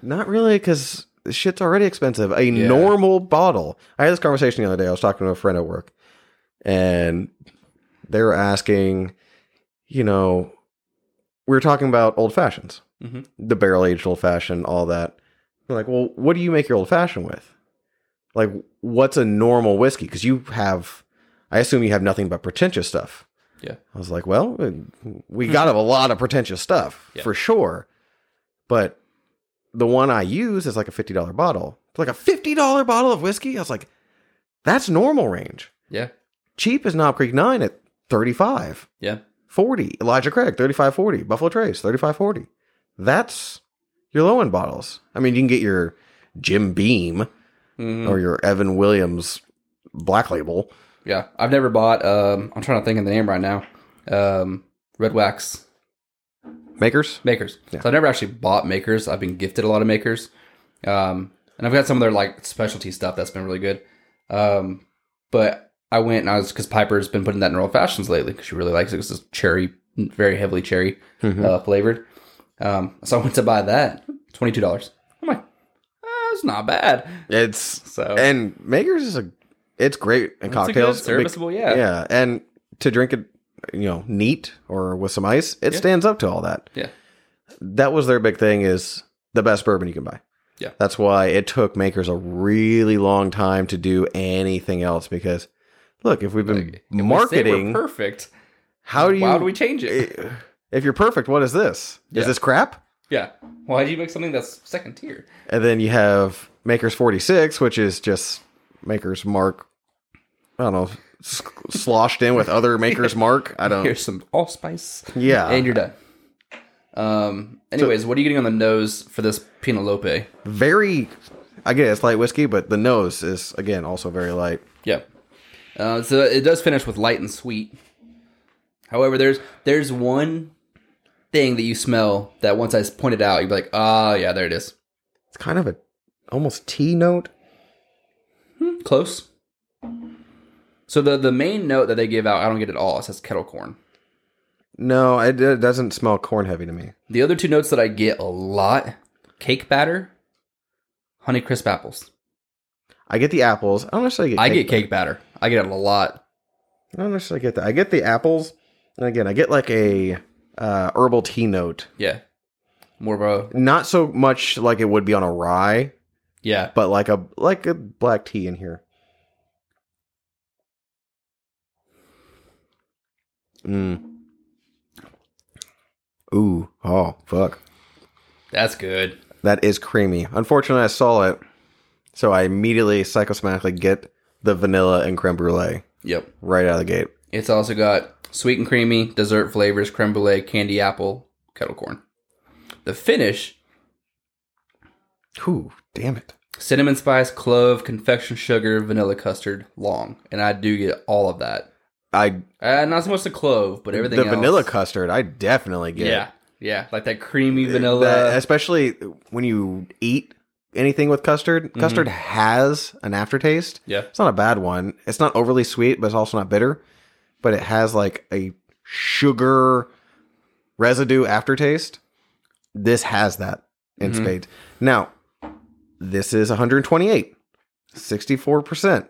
Not really, because shit's already expensive. A Yeah. normal bottle. I had this conversation the other day. I was talking to a friend at work, and they were asking, you know, we were talking about old fashions, Mhm. the barrel aged old fashioned, all that. They're like, well, what do you make your old fashioned with? Like, what's a normal whiskey? Because you have, I assume you have nothing but pretentious stuff. Yeah. I was like, well, we got a lot of pretentious stuff Yeah. for sure, but the one I use is like a fifty dollar bottle. It's like a fifty dollar bottle of whiskey. I was like, that's normal range. Yeah. Cheap is Knob Creek Nine at 35, Yeah. 40. Elijah Craig, 35, 40. Buffalo Trace, 35, 40. That's your low end bottles. I mean, you can get your Jim Beam Mhm. or your Evan Williams Black Label. Yeah, I've never bought. Um, I'm trying to think of the name right now. Um, Red Wax Makers? Makers. Yeah. So I've never actually bought Makers. I've been gifted a lot of Makers, um, and I've got some of their like specialty stuff that's been really good. Um, but I went and I was because Piper's been putting that in her old fashions lately because she really likes it. It's just cherry, very heavily cherry Mm-hmm. uh, flavored. Um, so I went to buy that twenty two dollars. I'm like, that's not bad. It's So and Makers is a it's great in It's a cocktails. good, serviceable, yeah. Bec- yeah, and to drink it, you know, neat or with some ice, it Yeah. stands up to all that. Yeah. that was their big thing is the best bourbon you can buy. Yeah. that's why it took Makers a really long time to do anything else because look, if we've been Like, if we say we're marketing, perfect. how do you? Why would we change it? if you're perfect, what is this? Yeah. Is this crap? Yeah. Why do you make something that's second tier? And then you have Maker's 46, which is just Maker's Mark, I don't know, s- sloshed in with other Maker's Mark. I don't, Here's some allspice. And yeah. you're done. Um. Anyways, what are you getting on the nose for this Penelope? Very, I get it, it's light whiskey, but the nose is, again, also very light. Yeah. Uh, so it does finish with light and sweet. However, there's there's one thing that you smell that once I pointed out, you'd be like, ah, yeah, there it is. It's kind of a almost tea note. Hmm. Close. So the the main note that they give out, I don't get at all. It says kettle corn. No, it, it doesn't smell corn heavy to me. The other two notes that I get a lot: cake batter, honey crisp apples. I get the apples. I don't necessarily get I get cake batter. I get it a lot. I don't necessarily get that. I get the apples. And again, I get like a uh, herbal tea note. Yeah. More of a Not so much like it would be on a rye, yeah. but like a like a black tea in here. Mm. Ooh, oh fuck, That's good. that is creamy. Unfortunately, I saw it, so I immediately psychosomatically get the vanilla and creme brulee Yep. right out of the gate. It's also got sweet and creamy, dessert flavors, creme brulee, candy apple, kettle corn. The finish, Ooh, damn it! cinnamon spice, clove, confection sugar, vanilla custard, long. And I do get all of that. I Uh, not so much the clove, but everything the else. vanilla custard. I definitely get. Yeah. Yeah. Like that creamy vanilla. That- especially when you eat anything with custard. Custard has an aftertaste. Mm-hmm. yeah. It's not a bad one. It's not overly sweet, but it's also not bitter. But it has like a sugar residue aftertaste. This has that in Mhm. spades. Now, this is 128, 64%.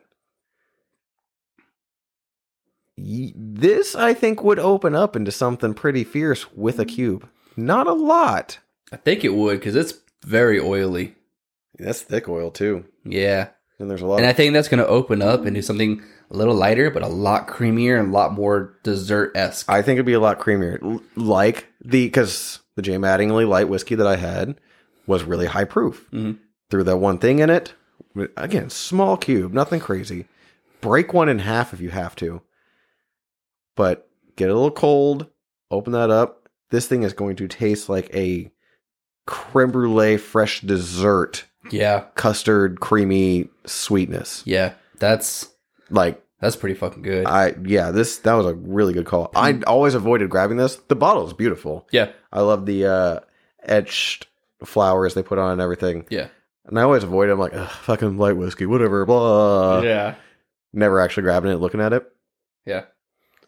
Y- This, I think, would open up into something pretty fierce with a cube. Not a lot. I think it would because it's very oily. That's thick oil, too. Yeah. And there's a lot And I of. think that's going to open up and do something a little lighter, but a lot creamier and a lot more dessert esque. I think it'd be a lot creamier. L- Like the because the J. Mattingly light whiskey that I had was really high proof. Mhm. Threw that one thing in it. Again, small cube, nothing crazy. Break one in half if you have to. But get a little cold, open that up. This thing is going to taste like a creme brulee fresh dessert, Yeah, custard, creamy sweetness. yeah, that's Like that's pretty fucking good. I yeah, this that was a really good call. I always avoided grabbing this. The bottle is beautiful. Mm-hmm. yeah, I love the uh, etched flowers they put on and everything. yeah, And I always avoid it. I'm like, Ugh, fucking light whiskey, whatever, blah. yeah, Never actually grabbing it, looking at it. yeah.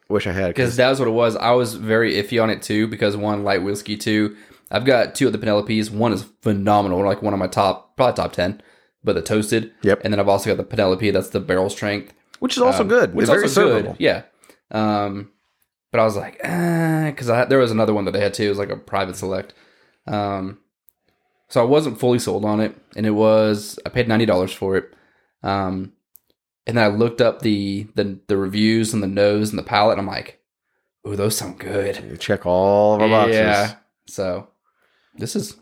Wish I had. Because that was what it was. I was very iffy on it too because one light whiskey, two. I've got two of the Penelopes. One is phenomenal, like one of my top, probably top ten, but the toasted. Yep. And then I've also got the Penelope. That's the barrel strength. which is also Um, good. which It's is very also servable. Yeah. Um, but I was like, because I there was another one that they had too. It was like a private select. Um, so I wasn't fully sold on it, and it was I paid ninety dollars for it. Um, and then I looked up the the the reviews and the nose and the palette, and I'm like, ooh, those sound good. You check all of our boxes. Yeah. So this is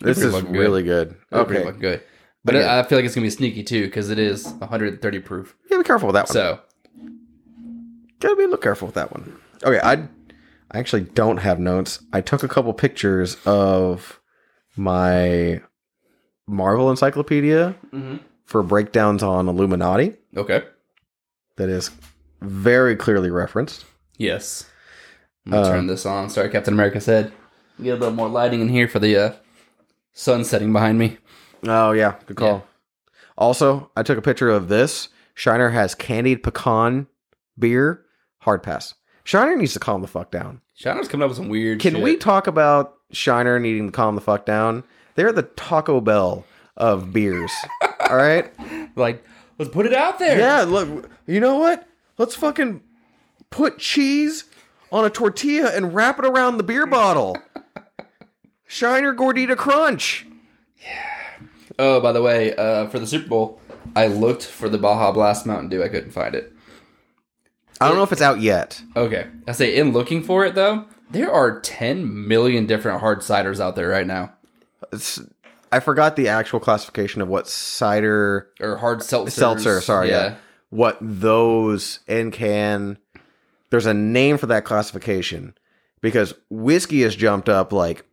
This pretty is fucking good. really good. They're pretty Okay, fucking good. But Okay. I I feel like it's gonna be sneaky too because it is 130 proof. gotta be careful with that one. So gotta be a little careful with that one. Okay, I, I actually don't have notes. I took a couple pictures of my Marvel encyclopedia for breakdowns on Illuminati. okay, That is very clearly referenced. yes. I'm gonna Uh, turn this on. Sorry, Captain America said. Get a little more lighting in here for the uh, sun setting behind me. Oh yeah, good call. Yeah. Also, I took a picture of this. Shiner has candied pecan beer. Hard pass. Shiner needs to calm the fuck down. Shadow's coming up with some weird. Can shit. we talk about Shiner needing to calm the fuck down? They're the Taco Bell of beers. all right. like let's put it out there? Yeah. Look. You know what? Let's fucking put cheese on a tortilla and wrap it around the beer bottle. Shiner Gordita Crunch. Oh, by the way, uh, for the Super Bowl, I looked for the Baja Blast Mountain Dew. I couldn't find it. I don't know if it's out yet. Okay, I say in looking for it though, there are 10 million different hard ciders out there right now, It's, I forgot the actual classification of what cider or hard seltzer. seltzer. Sorry, yeah. What those in can? There's a name for that classification because whiskey has jumped up like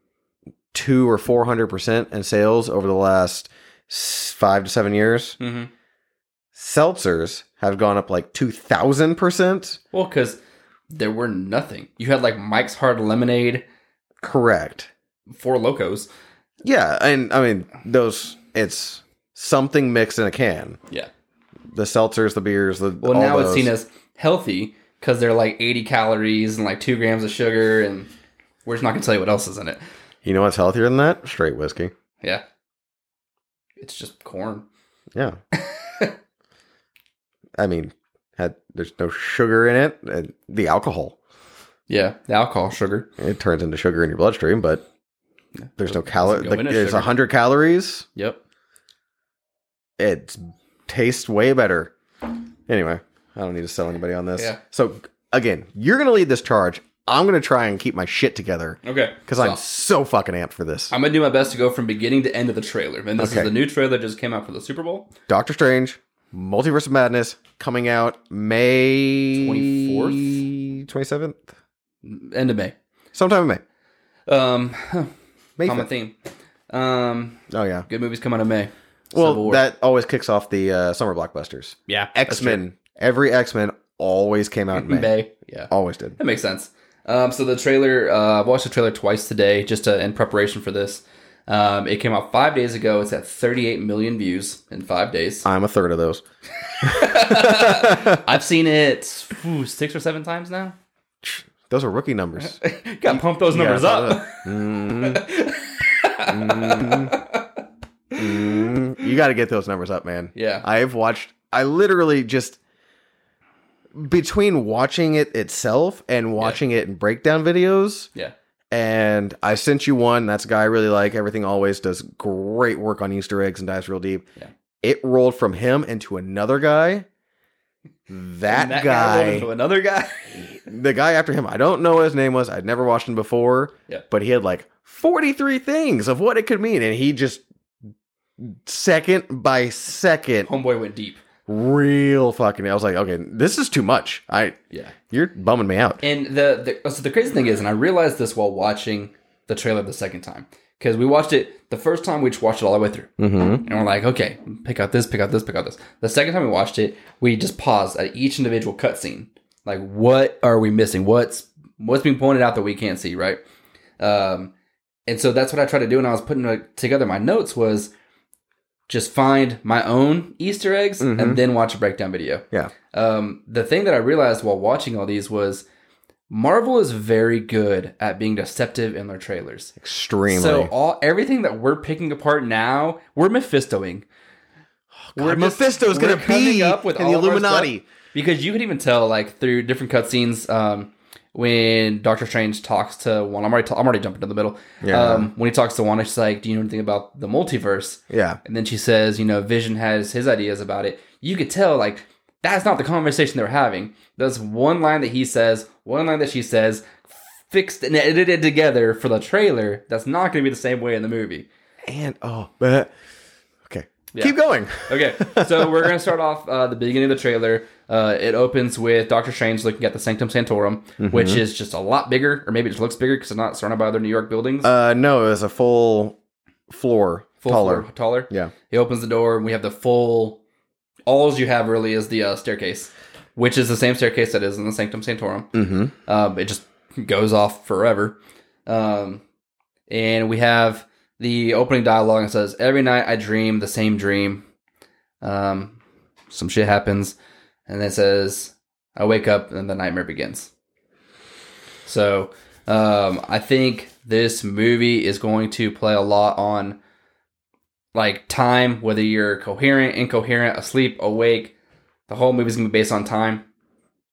two or four hundred percent in sales over the last s- five to seven years. hmm Seltzers have gone up like two thousand percent. Well, because there were nothing. You had like Mike's Hard Lemonade, Correct. Four Locos. Yeah, and I mean those. It's something mixed in a can. Yeah. The seltzers, the beers, the Well, all now it's those. seen as healthy because they're like 80 calories and like two grams of sugar, and we're just not gonna tell you what else is in it. You know what's healthier than that? Straight whiskey. Yeah. It's just corn. Yeah. I mean, had, there's no sugar in it. And the alcohol, Yeah, the alcohol, sugar. it turns into sugar in your bloodstream, but there's no calorie. go Like, in as there's sugar. 100 calories. Yep. It tastes way better. Anyway, I don't need to sell anybody on this. Yeah. So, again, you're going to lead this charge. I'm going to try and keep my shit together Okay. because I'm so fucking amped for this. I'm gonna do my best to go from beginning to end of the trailer. And this Okay. is the new trailer that just came out for the Super Bowl. Doctor Strange, Multiverse of Madness, coming out May 24th? 27th? End of May. Sometime in May. Um, May common 5th. theme. Um, Oh yeah. good movies come out in May. Civil Well, War. that always kicks off the uh, summer blockbusters. yeah, X Men. Every X Men always came out in May. May. Yeah, Always did. that makes sense. Um, so the trailer. Uh, I watched the trailer twice today, just to, in preparation for this. Um, it came out five days ago. It's at 38 million views in five days. I'm a third of those. I've seen it ooh, six or seven times now. Those are rookie numbers. Got to pump those numbers Yeah, up. Mm. Mm. Mm. You got to get those numbers up, man. Yeah. I've watched. I literally just between watching it itself and watching it in breakdown videos. yeah. and I sent you one. That's a guy I really like. Everything always does great work on Easter eggs and dives real deep. Yeah. It rolled from him into another guy. That, And that guy rolled guy, into another guy. the guy after him, I don't know what his name was. I'd never watched him before, Yeah. but he had like 43 things of what it could mean. And he just, second by second, Homeboy went deep. real fucking. I was like, okay, this is too much. I, Yeah. you're bumming me out. And the, the so the crazy thing is, and I realized this while watching the trailer the second time because we watched it the first time we just watched it all the way through, Mm-hmm. and we're like, okay, pick out this, pick out this, pick out this. The second time we watched it, we just paused at each individual cutscene, like what are we missing? What's what's being pointed out that we can't see, right? Um, and so that's what I tried to do, and I was putting like, together my notes was just find my own Easter eggs Mhm. and then watch a breakdown video Yeah. um, the thing that I realized while watching all these was Marvel is very good at being deceptive in their trailers. Extremely. So all everything that we're picking apart now, we're Mephistoing Where just- Mephisto's we're going to be coming up with in all the of our Illuminati. stuff. because you could even tell like through different cutscenes um, when Doctor Strange talks to one. I'm already i I'm already jumping to the middle. Yeah. Um, when he talks to one, she's like, "Do you know anything about the multiverse?" Yeah. And then she says, you know, Vision has his ideas about it. You could tell, like, that's not the conversation they're having. That's one line that he says, one line that she says, fixed and edited together for the trailer. That's not going to be the same way in the movie. and oh, but okay, Yeah. keep going. Okay, so we're going to start off uh, the beginning of the trailer. Uh, it opens with Doctor Strange looking at the Sanctum Sanctorum, Mm-hmm. which is just a lot bigger, or maybe it just looks bigger because it's not surrounded by other New York buildings. Uh, no, it was a full floor full taller. floor, taller. Yeah, He opens the door, and we have the full. All you have really is the uh, staircase, which is the same staircase that is in the Sanctum Sanctorum. mm-hmm. Um, it just goes off forever. Um, and we have the opening dialogue and says, Every night I dream the same dream. Um, some shit happens. And then it says, I wake up and the nightmare begins. So um, I think this movie is going to play a lot on like time, whether you're coherent, incoherent, asleep, awake. The whole movie's gonna be based on time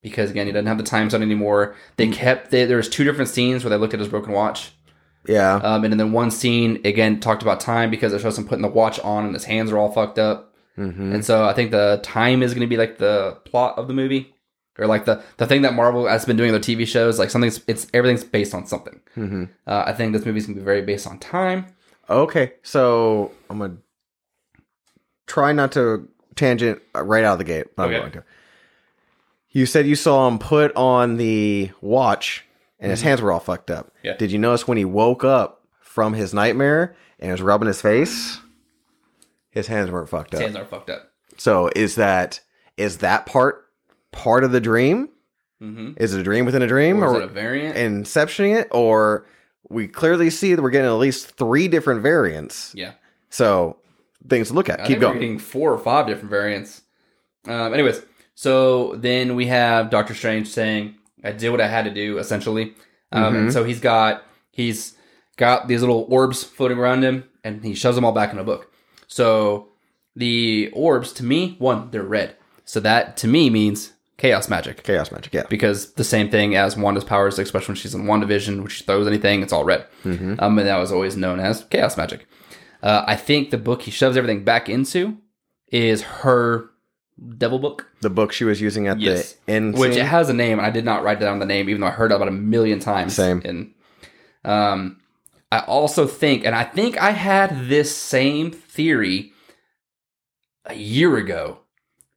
because again, he doesn't have the time zone anymore. They kept they, there was two different scenes where they looked at his broken watch, yeah. um, and then one scene again talked about time because it shows him putting the watch on and his hands are all fucked up. mm-hmm. And so I think the time is going to be like the plot of the movie, or like the the thing that Marvel has been doing with their TV shows. Like something's it's everything's based on something. Mm-hmm. Uh, I think this movie's going to be very based on time. Okay, so I'm gonna try not to tangent uh, right out of the gate. But Okay. I'm going to. You said you saw him put on the watch, and his hands were all fucked up. Mm-hmm. Yeah. Did you notice when he woke up from his nightmare and was rubbing his face? His hands weren't fucked His up. hands are fucked up. So is that is that part part of the dream? Mm-hmm. Is it a dream within a dream, Or is it a variant? inceptioning it, or we clearly see that we're getting at least three different variants? yeah. So things to look at. I Keep think we're going. getting four or five different variants. Um, anyways, so then we have Doctor Strange saying, "I did what I had to do," essentially. Um, Mm-hmm. And so he's got he's got these little orbs floating around him, and he shoves them all back in a book. So the orbs, to me, one they're red. So that to me means chaos magic Chaos magic. Yeah. because the same thing as Wanda's powers, especially when she's in WandaVision, which she throws anything, it's all red. Mm-hmm. Um, and that was always known as chaos magic. Uh, I think the book he shoves everything back into is her devil book, The book she was using at Yes. the end. which scene. it has a name, and I did not write down the name, even though I heard about it a million times. Same. And um, I also think, and I think I had this same theory a year ago,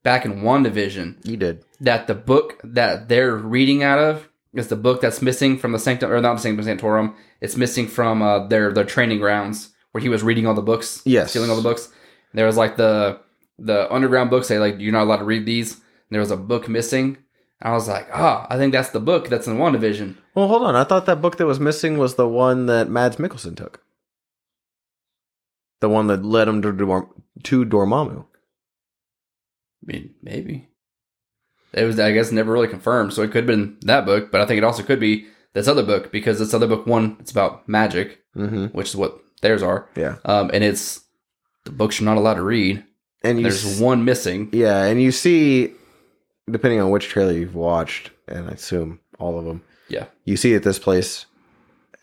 back in WandaVision, you did. that the book that they're reading out of is the book that's missing from the sanctum or not the sanctum sanctorum. It's missing from uh, their their training grounds where he was reading all the books, Yes. stealing all the books. There was like the the underground books say like you're not allowed to read these. And there was a book missing. I was like, ah, I think that's the book that's in WandaVision. Well, hold on. I thought that book that was missing was the one that Mads Mikkelsen took. The one that led him to Dorm- to Dormammu. I mean, maybe it was. I guess never really confirmed, so it could have been that book. But I think it also could be this other book because this other book one it's about magic, Mm-hmm. which is what theirs are. Yeah. um, and it's the books you're not allowed to read. And you There's s- one missing. Yeah, and you see, depending on which trailer you've watched, and I assume all of them. Yeah. you see that this place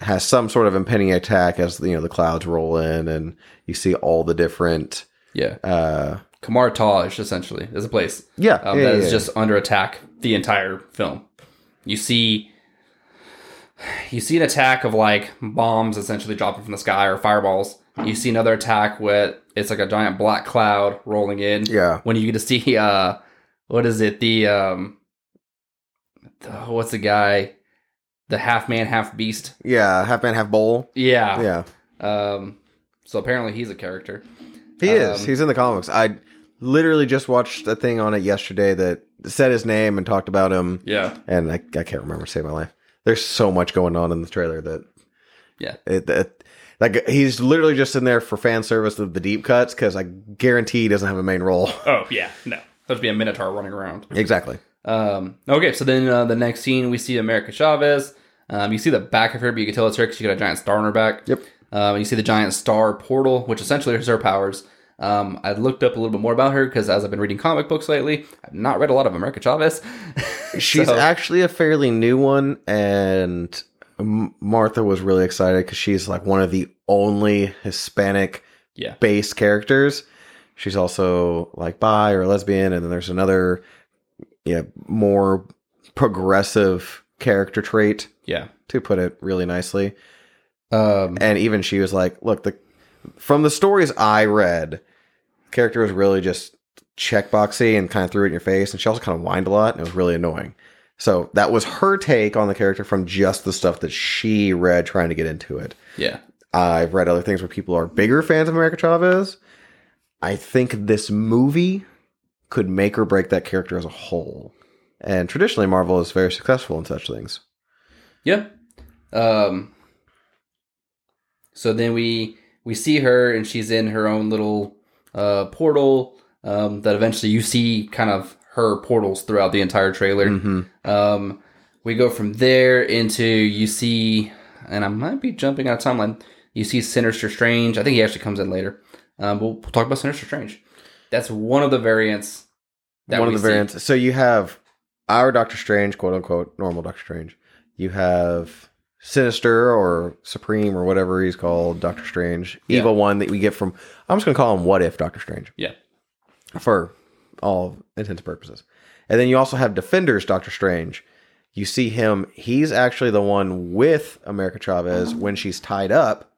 has some sort of impending attack as you know the clouds roll in, and you see all the different. Yeah, uh Kamar Taj essentially is a place Yeah, um, yeah, that is yeah, just under attack the entire film. You see, you see an attack of like bombs essentially dropping from the sky or fireballs. You see another attack where it's like a giant black cloud rolling in. yeah. When you get to see, uh, what is it? The um, the, what's the guy? The half man, half beast. Yeah, half man, half bowl. Yeah. Yeah, Um, so apparently he's a character. he Um, is. He's in the comics. I literally just watched a thing on it yesterday that said his name and talked about him, Yeah. and I, I can't remember to save my life. There's so much going on in the trailer that Yeah. it, that like he's literally just in there for fan service of the deep cuts because I guarantee he doesn't have a main role. Oh yeah. No. There's be a minotaur running around. exactly. Um, okay, so then uh, the next scene we see America Chavez. Um, you see the back of her, but you can tell it's her because she got a giant star on her back. Yep. Um, and you see the giant star portal, which essentially is her powers. Um, I looked up a little bit more about her because as I've been reading comic books lately, I've not read a lot of America Chavez. She's So- actually a fairly new one, and M- Martha was really excited because she's like one of the only Hispanic yeah. base characters. She's also like bi or lesbian, and then there's another, yeah, more progressive character trait Yeah. to put it really nicely. Um, And even she was like, "Look, the from the stories I read, the character was really just checkboxy and kind of threw it in your face, and she also kind of whined a lot, and it was really annoying. So that was her take on the character from just the stuff that she read trying to get into it. Yeah. I've read other things where people are bigger fans of America Chavez. I think this movie could make or break that character as a whole. And traditionally, Marvel is very successful in such things. Yeah. Um. So then we we see her, and she's in her own little uh, portal. Um, that eventually you see kind of her portals throughout the entire trailer. Hmm. Mm-hmm. Um, we go from there into you see, and I might be jumping out of timeline. You see Sinister Strange. I think he actually comes in later. Um, we'll, we'll talk about Sinister Strange. That's one of the variants. One of we the see. variants. So you have our Doctor Strange, quote unquote, normal Doctor Strange. You have Sinister or Supreme or whatever he's called, Doctor Strange, Yeah. evil one that we get from. I'm just going to call him What If Doctor Strange. Yeah. for all intents and purposes. And then you also have Defenders, Doctor Strange. You see him, he's actually the one with America Chavez when she's tied up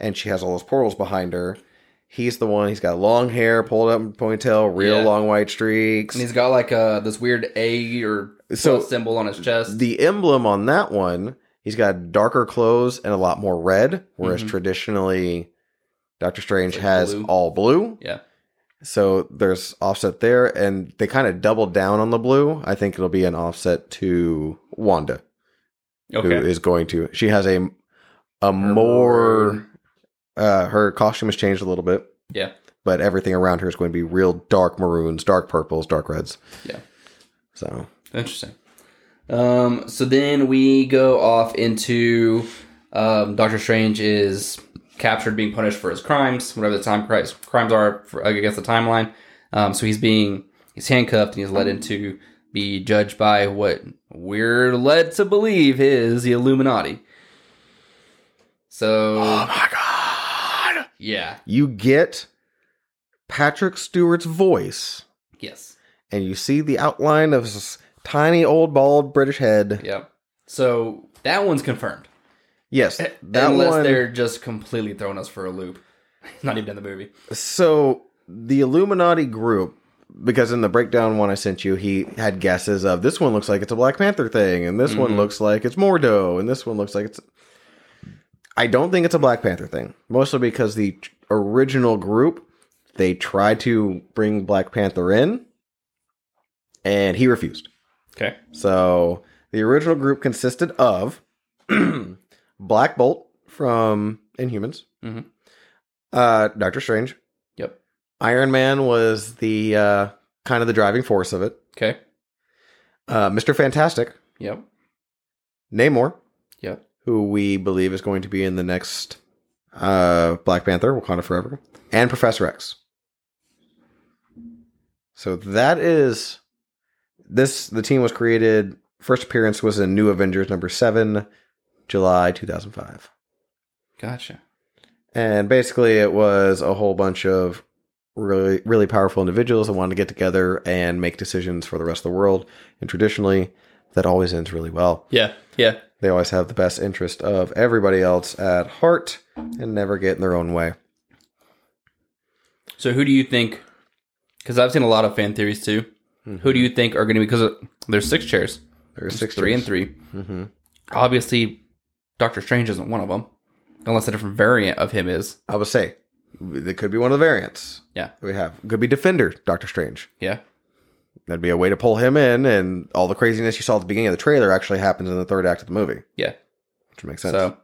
and she has all those portals behind her. He's the one, he's got long hair, pulled up in ponytail, real Yeah. long white streaks. And he's got like uh this weird A or so So- symbol on his chest. the emblem on that one, he's got darker clothes and a lot more red, whereas Mhm. traditionally Doctor Strange Like has blue. all blue. yeah. So there's offset there, and they kind of doubled down on the blue. I think it'll be an offset to Wanda, who Okay. is going to. She has a a more. Uh, her costume has changed a little bit, Yeah. but everything around her is going to be real dark maroons, dark purples, dark reds. Yeah. So Interesting. Um, so then we go off into um, Doctor Strange is captured, being punished for his crimes, whatever the time cri- crimes are for, against the timeline. Um, so he's being he's handcuffed and he's led into be judged by what we're led to believe is the Illuminati. So oh my god, yeah, you get Patrick Stewart's voice, yes. and you see the outline of his tiny old bald British head. Yep. So that one's confirmed. Yes, that Unless one. they're just completely throwing us for a loop. Not even in the movie. So the Illuminati group, because in the breakdown one I sent you, he had guesses of this one looks like it's a Black Panther thing, and this one Mhm. looks like it's Mordo, and this one looks like it's. I don't think it's a Black Panther thing, mostly because the t- original group they tried to bring Black Panther in, and he refused. Okay. So the original group consisted of Black Bolt from Inhumans, Mhm. uh, Doctor Strange, Yep. Iron Man was the uh, kind of the driving force of it. Okay. Uh, Mr. Fantastic, Yep. Namor, Yep. who we believe is going to be in the next uh, Black Panther, Wakanda Forever, and Professor X. So that is this. The team was created. First appearance was in New Avengers number seven, July two thousand five. Gotcha. And basically, it was a whole bunch of really, really powerful individuals that wanted to get together and make decisions for the rest of the world. And traditionally, that always ends really well. Yeah. Yeah. They always have the best interest of everybody else at heart and never get in their own way. So who do you think? Because I've seen a lot of fan theories too. Who do you think are going to be? Because there's six chairs. There's There's six three and 3 Mm-hmm. Obviously, Doctor Strange isn't one of them, unless a different variant of him is. I would say it could be one of the variants Yeah. we have. Could be Defender, Doctor Strange. Yeah. That'd be a way to pull him in, and all the craziness you saw at the beginning of the trailer actually happens in the third act of the movie, Yeah. which makes sense. So,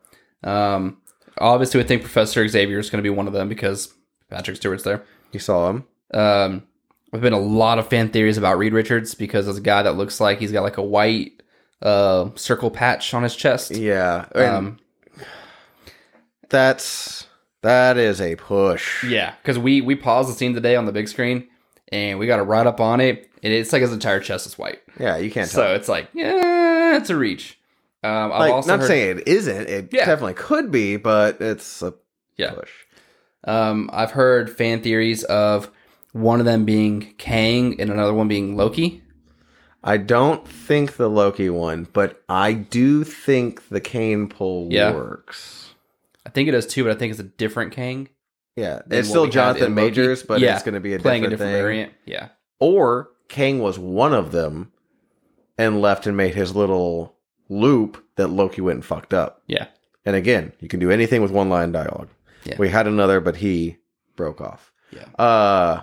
um, obviously, I think Professor Xavier is going to be one of them because Patrick Stewart's there. you saw him. Um, there's been a lot of fan theories about Reed Richards because there's a guy that looks like he's got like a white uh, circle patch on his chest. Yeah. and- Um, That's that is a push. yeah, because we we paused the scene today on the big screen, and we got it right up on it, and it's like his entire chest is white. Yeah, you can't tell. So it's like, yeah, it's a reach. Um, I've like, also not heard, saying it isn't. It Yeah. definitely could be, but it's a Yeah. push. Um, I've heard fan theories of one of them being Kang and another one being Loki. I don't think the Loki one, but I do think the Kane pull Yeah. works. I think it is too, but I think it's a different Kang. Yeah, than it's what still we had in Loki. Jonathan Majors, but Yeah, it's going to be a playing different, a different thing. variant. Yeah. Or Kang was one of them, and left and made his little loop that Loki went and fucked up. Yeah. And again, you can do anything with one line dialogue. Yeah. We had another, but he broke off. Yeah. Uh,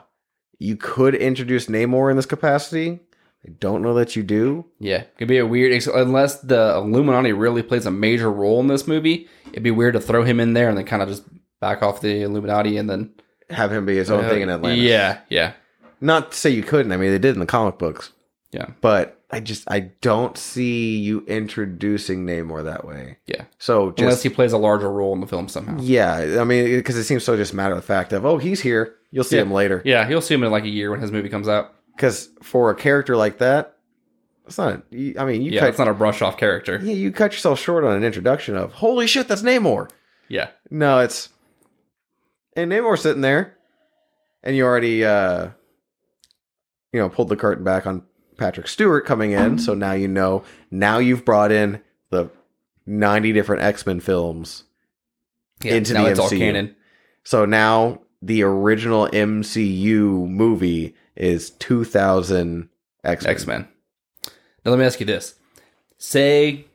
you could introduce Namor in this capacity. I don't know that you do. Yeah, could be a weird ex- unless the Illuminati really plays a major role in this movie. It'd be weird to throw him in there and then kind of just back off the Illuminati and then Have him be his own thing in Atlantis. Uh, Yeah, yeah, Not to say you couldn't. I mean, they did in the comic books. Yeah. But I just I don't see you introducing Namor that way. Yeah. So unless just he plays a larger role in the film somehow. Yeah, yeah, I mean, because it seems so just matter of fact of oh he's here. You'll see Yeah. him later. he'll see him in like a year when his movie comes out. Because for a character like that, it's not. you- I mean, you yeah, cut it's not a brush off character. yeah, you cut yourself short on an introduction of holy shit, that's Namor. Yeah, No, it's and Namor's sitting there, and you already uh you know pulled the curtain back on Patrick Stewart coming in, so now you know. Now you've brought in the ninety different X Men films, yeah. Into now the it's all MCU. canon. so now the original MCU movie is two thousand X X Men. Now let me ask you this: say,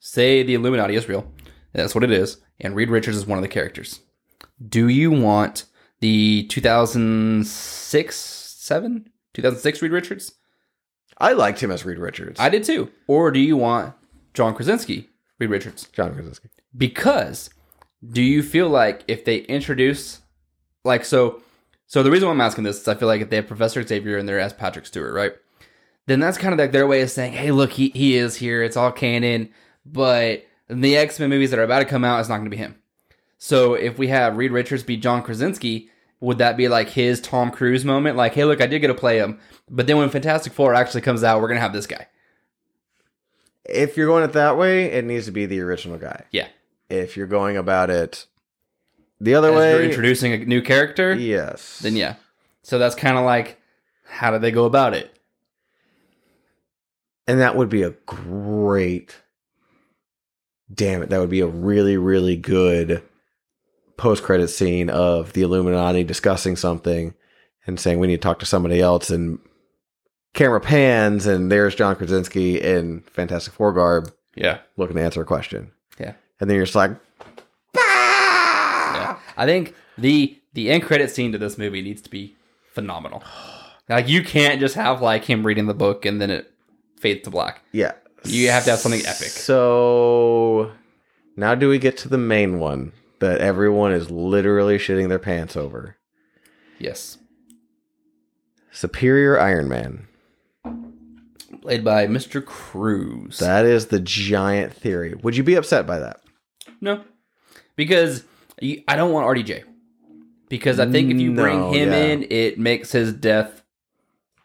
say the Illuminati is real. That's what it is, and Reed Richards is one of the characters. Do you want the 2006, seven, 2006 Reed Richards? I liked him as Reed Richards. I did too. Or do you want John Krasinski, Reed Richards? John Krasinski. because do you feel like if they introduce like so so the reason why i'm asking this is i feel like if they have professor xavier in there as patrick stewart right then that's kind of like their way of saying hey look he, he is here it's all canon but in the x-men movies that are about to come out it's not going to be him so if we have reed richards be john krasinski would that be like his tom cruise moment like hey look i did get to play him but then when fantastic four actually comes out we're going to have this guy If you're going it that way, it needs to be the original guy. yeah If you're going about it the other as you're way, introducing a new character yes, then yeah. So that's kind of like, how did they go about it? And that would be a great. Damn it. That would be a really, really good post credit scene of the Illuminati discussing something and saying, we need to talk to somebody else. And camera pans, and there's John Krasinski in Fantastic Four garb Yeah. looking to answer a question. Yeah. And then you're just like, yeah. Ah. I think the the end credit scene to this movie needs to be phenomenal. Like you can't just have like him reading the book and then it fades to black. yeah. You have to have something epic. So now do we get to the main one that everyone is literally shitting their pants over? Yes. Superior Iron Man. Played by Mr. Cruz. That is the giant theory. Would you be upset by that? no. Because you, I don't want RDJ. Because I think if you bring No, him yeah. in, it makes his death,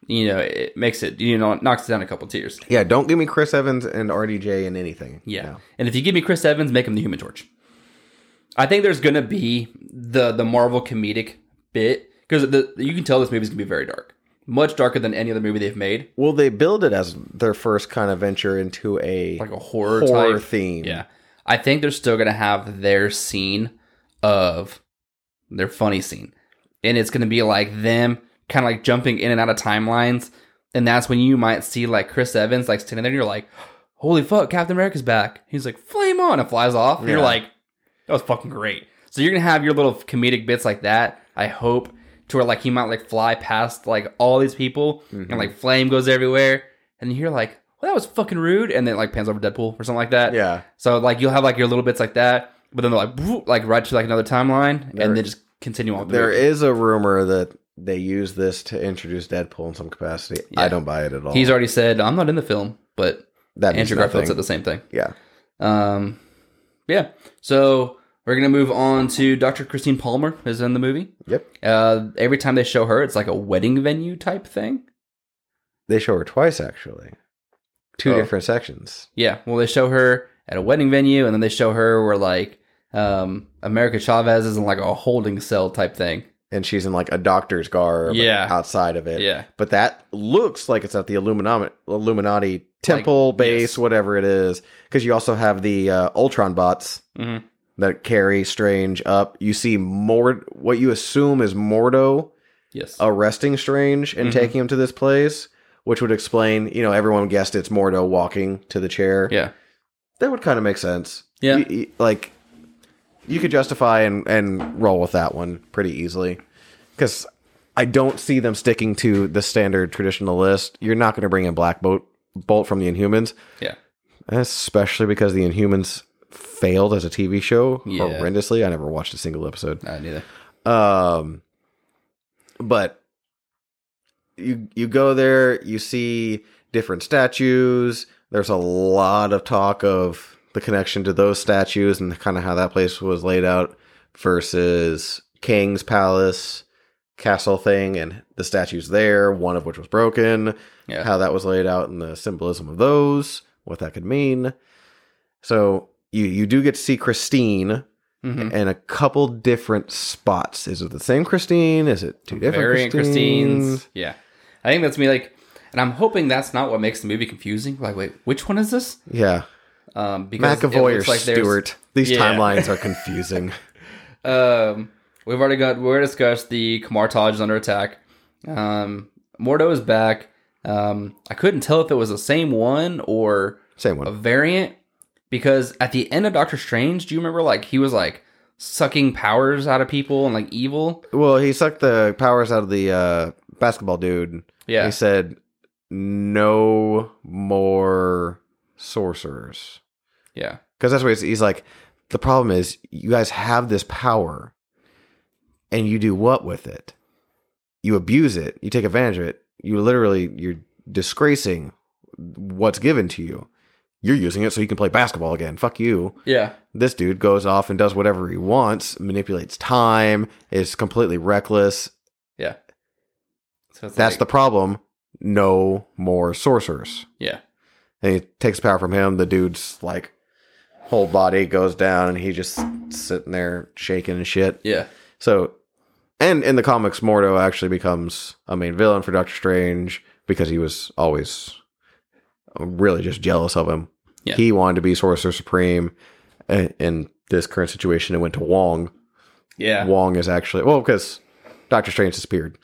you know, it makes it, you know, knocks it down a couple tiers. Yeah, don't give me Chris Evans and RDJ and anything. Yeah. No. And if you give me Chris Evans, make him the Human Torch. I think there's going to be the the Marvel comedic bit because you can tell this movie's going to be very dark. Much darker than any other movie they've made. Will they build it as their first kind of venture into a Like a horror, horror type. theme? Yeah. I think they're still going to have their scene of their funny scene. And it's going to be like them kind of like jumping in and out of timelines. And that's when you might see like Chris Evans like standing there and you're like, holy fuck, Captain America's back. He's like, flame on. It flies off. And you're Yeah. like, that was fucking great. So you're going to have your little comedic bits like that, I hope, to where like he might like fly past like all these people Mm-hmm. and like flame goes everywhere. And you're like, well, that was fucking rude. And then like pans over Deadpool or something like that. Yeah. So like you'll have like your little bits like that, but then they're like whoop, like right to like another timeline, There- and then just continue on. There There is is a rumor that they use this to introduce Deadpool in some capacity. Yeah. I don't buy it at all. he's already said I'm not in the film, but that means Andrew Garfield nothing. said the same thing. Yeah. Um, yeah. So we're gonna move on to Dr. Christine Palmer is in the movie. Yep. Uh, every time they show her, it's like a wedding venue type thing. They show her twice actually. Two Oh. different sections. Yeah. Well, they show her at a wedding venue, and then they show her where like um America Chavez is in like a holding cell type thing. And she's in like a doctor's garb Yeah. outside of it. Yeah. but that looks like it's at the Illuminati, Illuminati temple Like, base, yes. whatever it is. Because you also have the uh, Ultron bots Mm-hmm. that carry Strange up. You see more what you assume is Mordo Yes. Oh. arresting Strange and Mhm. taking him to this place, which would explain, you know, everyone guessed it's Mordo walking to the chair. yeah. That would kind of make sense. Yeah. You- you- like you could justify and and roll with that one pretty easily cuz I don't see them sticking to the standard traditional list. You're not going to bring in Black Bolt Bolt from the Inhumans, Yeah. especially because the Inhumans failed as a TV show Yeah. horrendously. I never watched a single episode. I neither. Um, but you you go there, you see different statues. There's a lot of talk of the connection to those statues and kind of how that place was laid out versus King's Palace castle thing and the statues there, one of which was broken Yeah. how that was laid out and the symbolism of those, what that could mean. So you you do get to see Christine Mhm. in Mm-hmm. a couple different spots. Is it the same Christine? Is it two different Variant Christines? Christine's. Yeah. I think that's me like and I'm hoping that's not what makes the movie confusing. Like, wait, which one is this? Yeah, Um because it McAvoy or looks like there's- Stewart. These Yeah. timelines are confusing. Um, we've already got we already discussed the Kamar Taj is under attack. Um, Mordo is back. Um, I couldn't tell if it was the same one or same a one. variant because at the end of Doctor Strange, do you remember like he was like sucking powers out of people and like evil? Well, he sucked the powers out of the uh, basketball dude. Yeah, He said, "No more sorcerers." yeah, Because that's what he's, he's like. The problem is, you guys have this power, and you do what with it? You abuse it. You take advantage of it. You literally you're disgracing what's given to you. You're using it so you can play basketball again. Fuck you. yeah, This dude goes off and does whatever he wants, manipulates time, is completely reckless. yeah. So it's That's like- the problem. No more sorcerers. yeah, and he takes power from him. The dude's like whole body goes down, and he just sitting there shaking and shit. yeah, So, and in the comics, Mordo actually becomes a main villain for Doctor Strange because he was always really just jealous of him. Yeah. He wanted to be Sorcerer Supreme. and In this current situation, it went to Wong. yeah, Wong is actually well because Doctor Strange disappeared,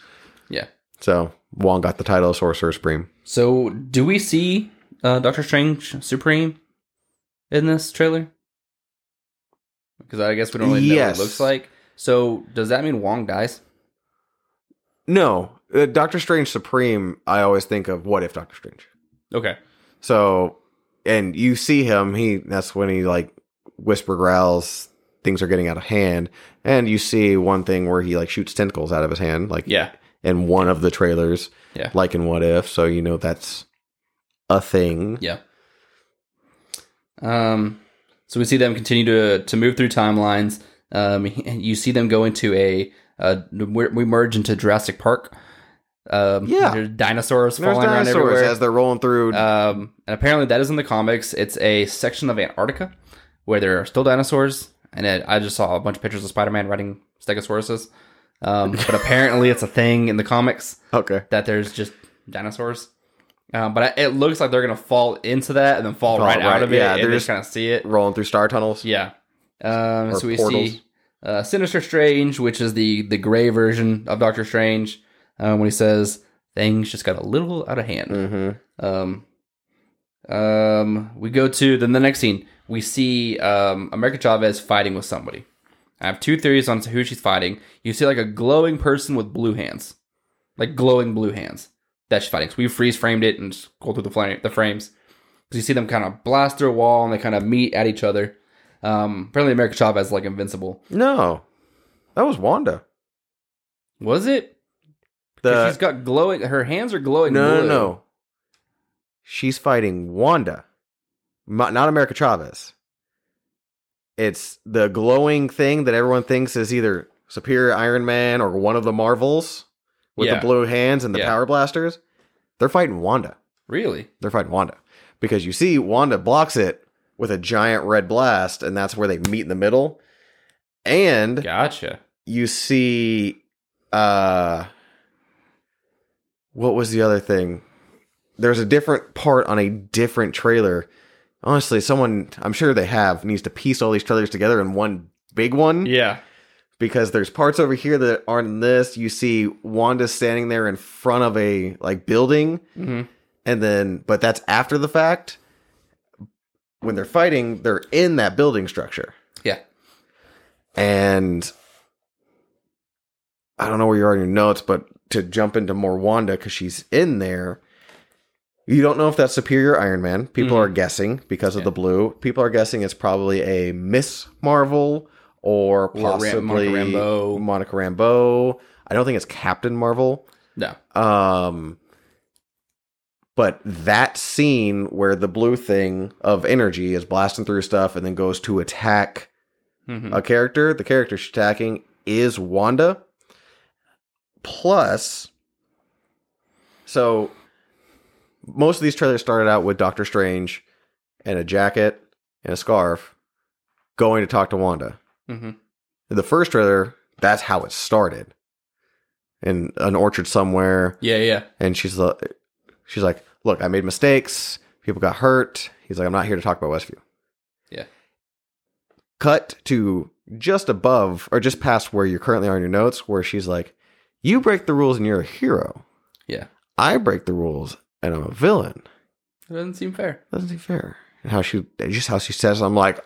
yeah. so Wong got the title of Sorcerer Supreme. So do we see uh, Doctor Strange Supreme in this trailer? Because I guess we don't really know what Yes. it looks like. So does that mean Wong dies? No, uh, Doctor Strange Supreme. I always think of what if Doctor Strange. Okay. So, and you see him. He that's when he like whisper growls. Things are getting out of hand, and you see one thing where he like shoots tentacles out of his hand, like Yeah. in one of the trailers, Yeah. like in What If. So you know that's a thing. Yeah. Um. So we see them continue to to move through timelines. Um. and You see them go into a. Uh, we we merge into Jurassic Park. Um, Yeah. There's dinosaurs There's falling around dinosaurs everywhere. as they're rolling through. Um, and apparently that is in the comics. It's a section of Antarctica where there are still dinosaurs. And it, I just saw a bunch of pictures of Spider-Man riding Stegosauruses. Um, but apparently it's a thing in the comics okay, that there's just dinosaurs. Um, but I, it looks like they're going to fall into that and then fall, Fall right, right- out of it. yeah, Yeah, they're and just- just kind of see it. rolling through star tunnels. Yeah. Um, Or so we portals. see uh, Sinister Strange, which is the the gray version of Doctor Strange, uh, when he says things just got a little out of hand. hmm Um, um, we go to then the next scene. We see um, America Chavez fighting with somebody. I have two theories on who she's fighting. You see like a glowing person with blue hands, like glowing blue hands that she's fighting. So we freeze framed it and scroll through the flame, the frames. Because you see them kind of blast through a wall and they kind of meet at each other. Um, apparently, America Chavez is like invincible. No, that was Wanda. Was it? 'Cause The she's got glowing. Her hands are glowing. No, blue. no, no. She's fighting Wanda, Mo- not America Chavez. It's the glowing thing that everyone thinks is either Superior Iron Man or one of the Marvels with Yeah. the blue hands and the Yeah. power blasters. They're fighting Wanda. Really? They're fighting Wanda because you see Wanda blocks it with a giant red blast, and that's where they meet in the middle. And Gotcha. you see uh what was the other thing there's a different part on a different trailer honestly, someone I'm sure they have needs to piece all these trailers together in one big one Yeah. because there's parts over here that aren't in this. You see Wanda standing there in front of a like building, Mhm. and then but that's after the fact. When they're fighting, they're in that building structure, Yeah. and I don't know where you are in your notes, but to jump into more Wanda because she's in there. You don't know if that's Superior Iron Man. People Mhm. are guessing because of Yeah. the blue. People are guessing it's probably a Miss Marvel or Or Ram- Monica possibly Rambeau. Monica Rambeau. I don't think it's Captain Marvel. No. Um, but that scene where the blue thing of energy is blasting through stuff and then goes to attack Mhm. a character, the character she's attacking is Wanda. Plus, so most of these trailers started out with Doctor Strange and a jacket and a scarf going to talk to Wanda. Mhm. The first trailer, that's how it started in an orchard somewhere Yeah. Yeah. and she's like, she's like, look, I made mistakes. People got hurt. He's like, I'm not here to talk about Westview. Yeah. Cut to just above or just past where you currently are in your notes, where she's like, you break the rules and you're a hero. Yeah. I break the rules and I'm a villain. It doesn't seem fair. Doesn't seem fair. And how she just how she says, it, I'm like,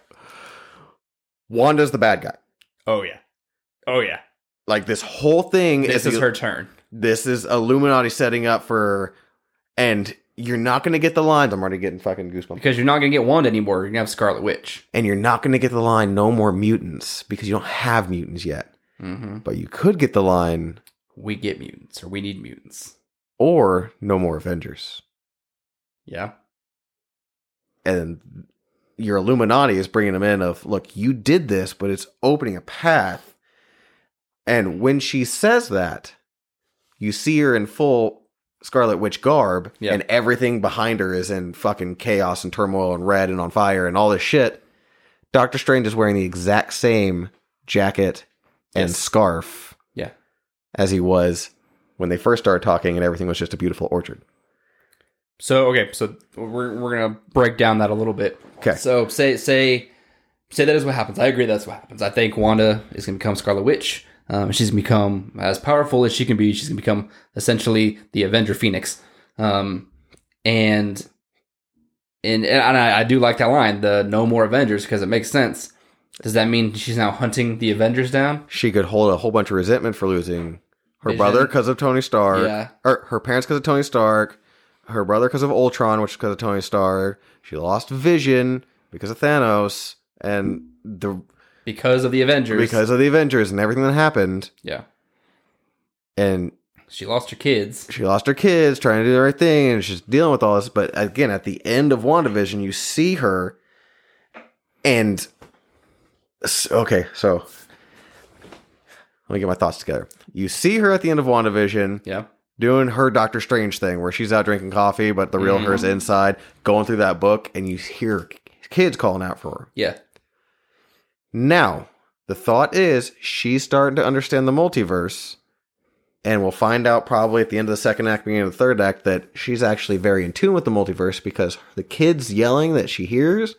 Wanda's the bad guy. Oh yeah. Oh yeah. Like this whole thing This is is her turn. this is Illuminati setting up for, and you're not going to get the lines. I'm already getting fucking goosebumps. Because you're not going to get Wanda anymore. You're going to have Scarlet Witch. And you're not going to get the line, no more mutants, because you don't have mutants yet. Mm-hmm. But you could get the line, We get mutants, or we need mutants. or no more Avengers. Yeah. And your Illuminati is bringing them in of, look, you did this, but it's opening a path. And when she says that, you see her in full Scarlet Witch garb, Yeah. and everything behind her is in fucking chaos and turmoil and red and on fire and all this shit. Doctor Strange is wearing the exact same jacket and Yes. scarf Yeah. as he was when they first started talking, and everything was just a beautiful orchard. So okay, so we're we're gonna break down that a little bit. 'Kay. So say say say that is what happens. I agree that's what happens. I think Wanda is gonna become Scarlet Witch. Um, she's gonna become as powerful as she can be. She's gonna become essentially the Avenger Phoenix. Um, and and and I, I do like that line, the no more Avengers, because it makes sense. Does that mean she's now hunting the Avengers down? She could hold a whole bunch of resentment for losing her Vision. brother because of Tony Stark, Yeah. or her parents because of Tony Stark, her brother because of Ultron, which is because of Tony Stark. She lost Vision because of Thanos, and the Because of the Avengers. because of the Avengers and everything that happened. yeah. And She lost her kids. she lost her kids trying to do the right thing and she's dealing with all this. But again, at the end of WandaVision, you see her and s- okay, so let me get my thoughts together. You see her at the end of WandaVision Yeah. doing her Doctor Strange thing where she's out drinking coffee, but the real her's inside going through that book and you hear kids calling out for her. Yeah. Now, the thought is she's starting to understand the multiverse, and we'll find out probably at the end of the second act, beginning of the third act, that she's actually very in tune with the multiverse because the kids yelling that she hears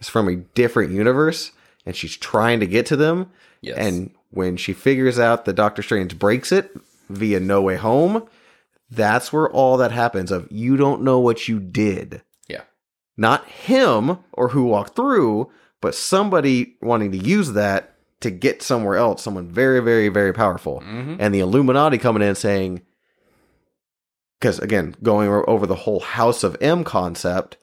is from a different universe, and she's trying to get to them. Yes. And when she figures out that Doctor Strange breaks it via No Way Home, that's where all that happens of you don't know what you did yeah. not him or who walked through, but somebody wanting to use that to get somewhere else, someone very, very, very powerful. Mm-hmm. And the Illuminati coming in saying, because again, going o- over the whole House of M concept,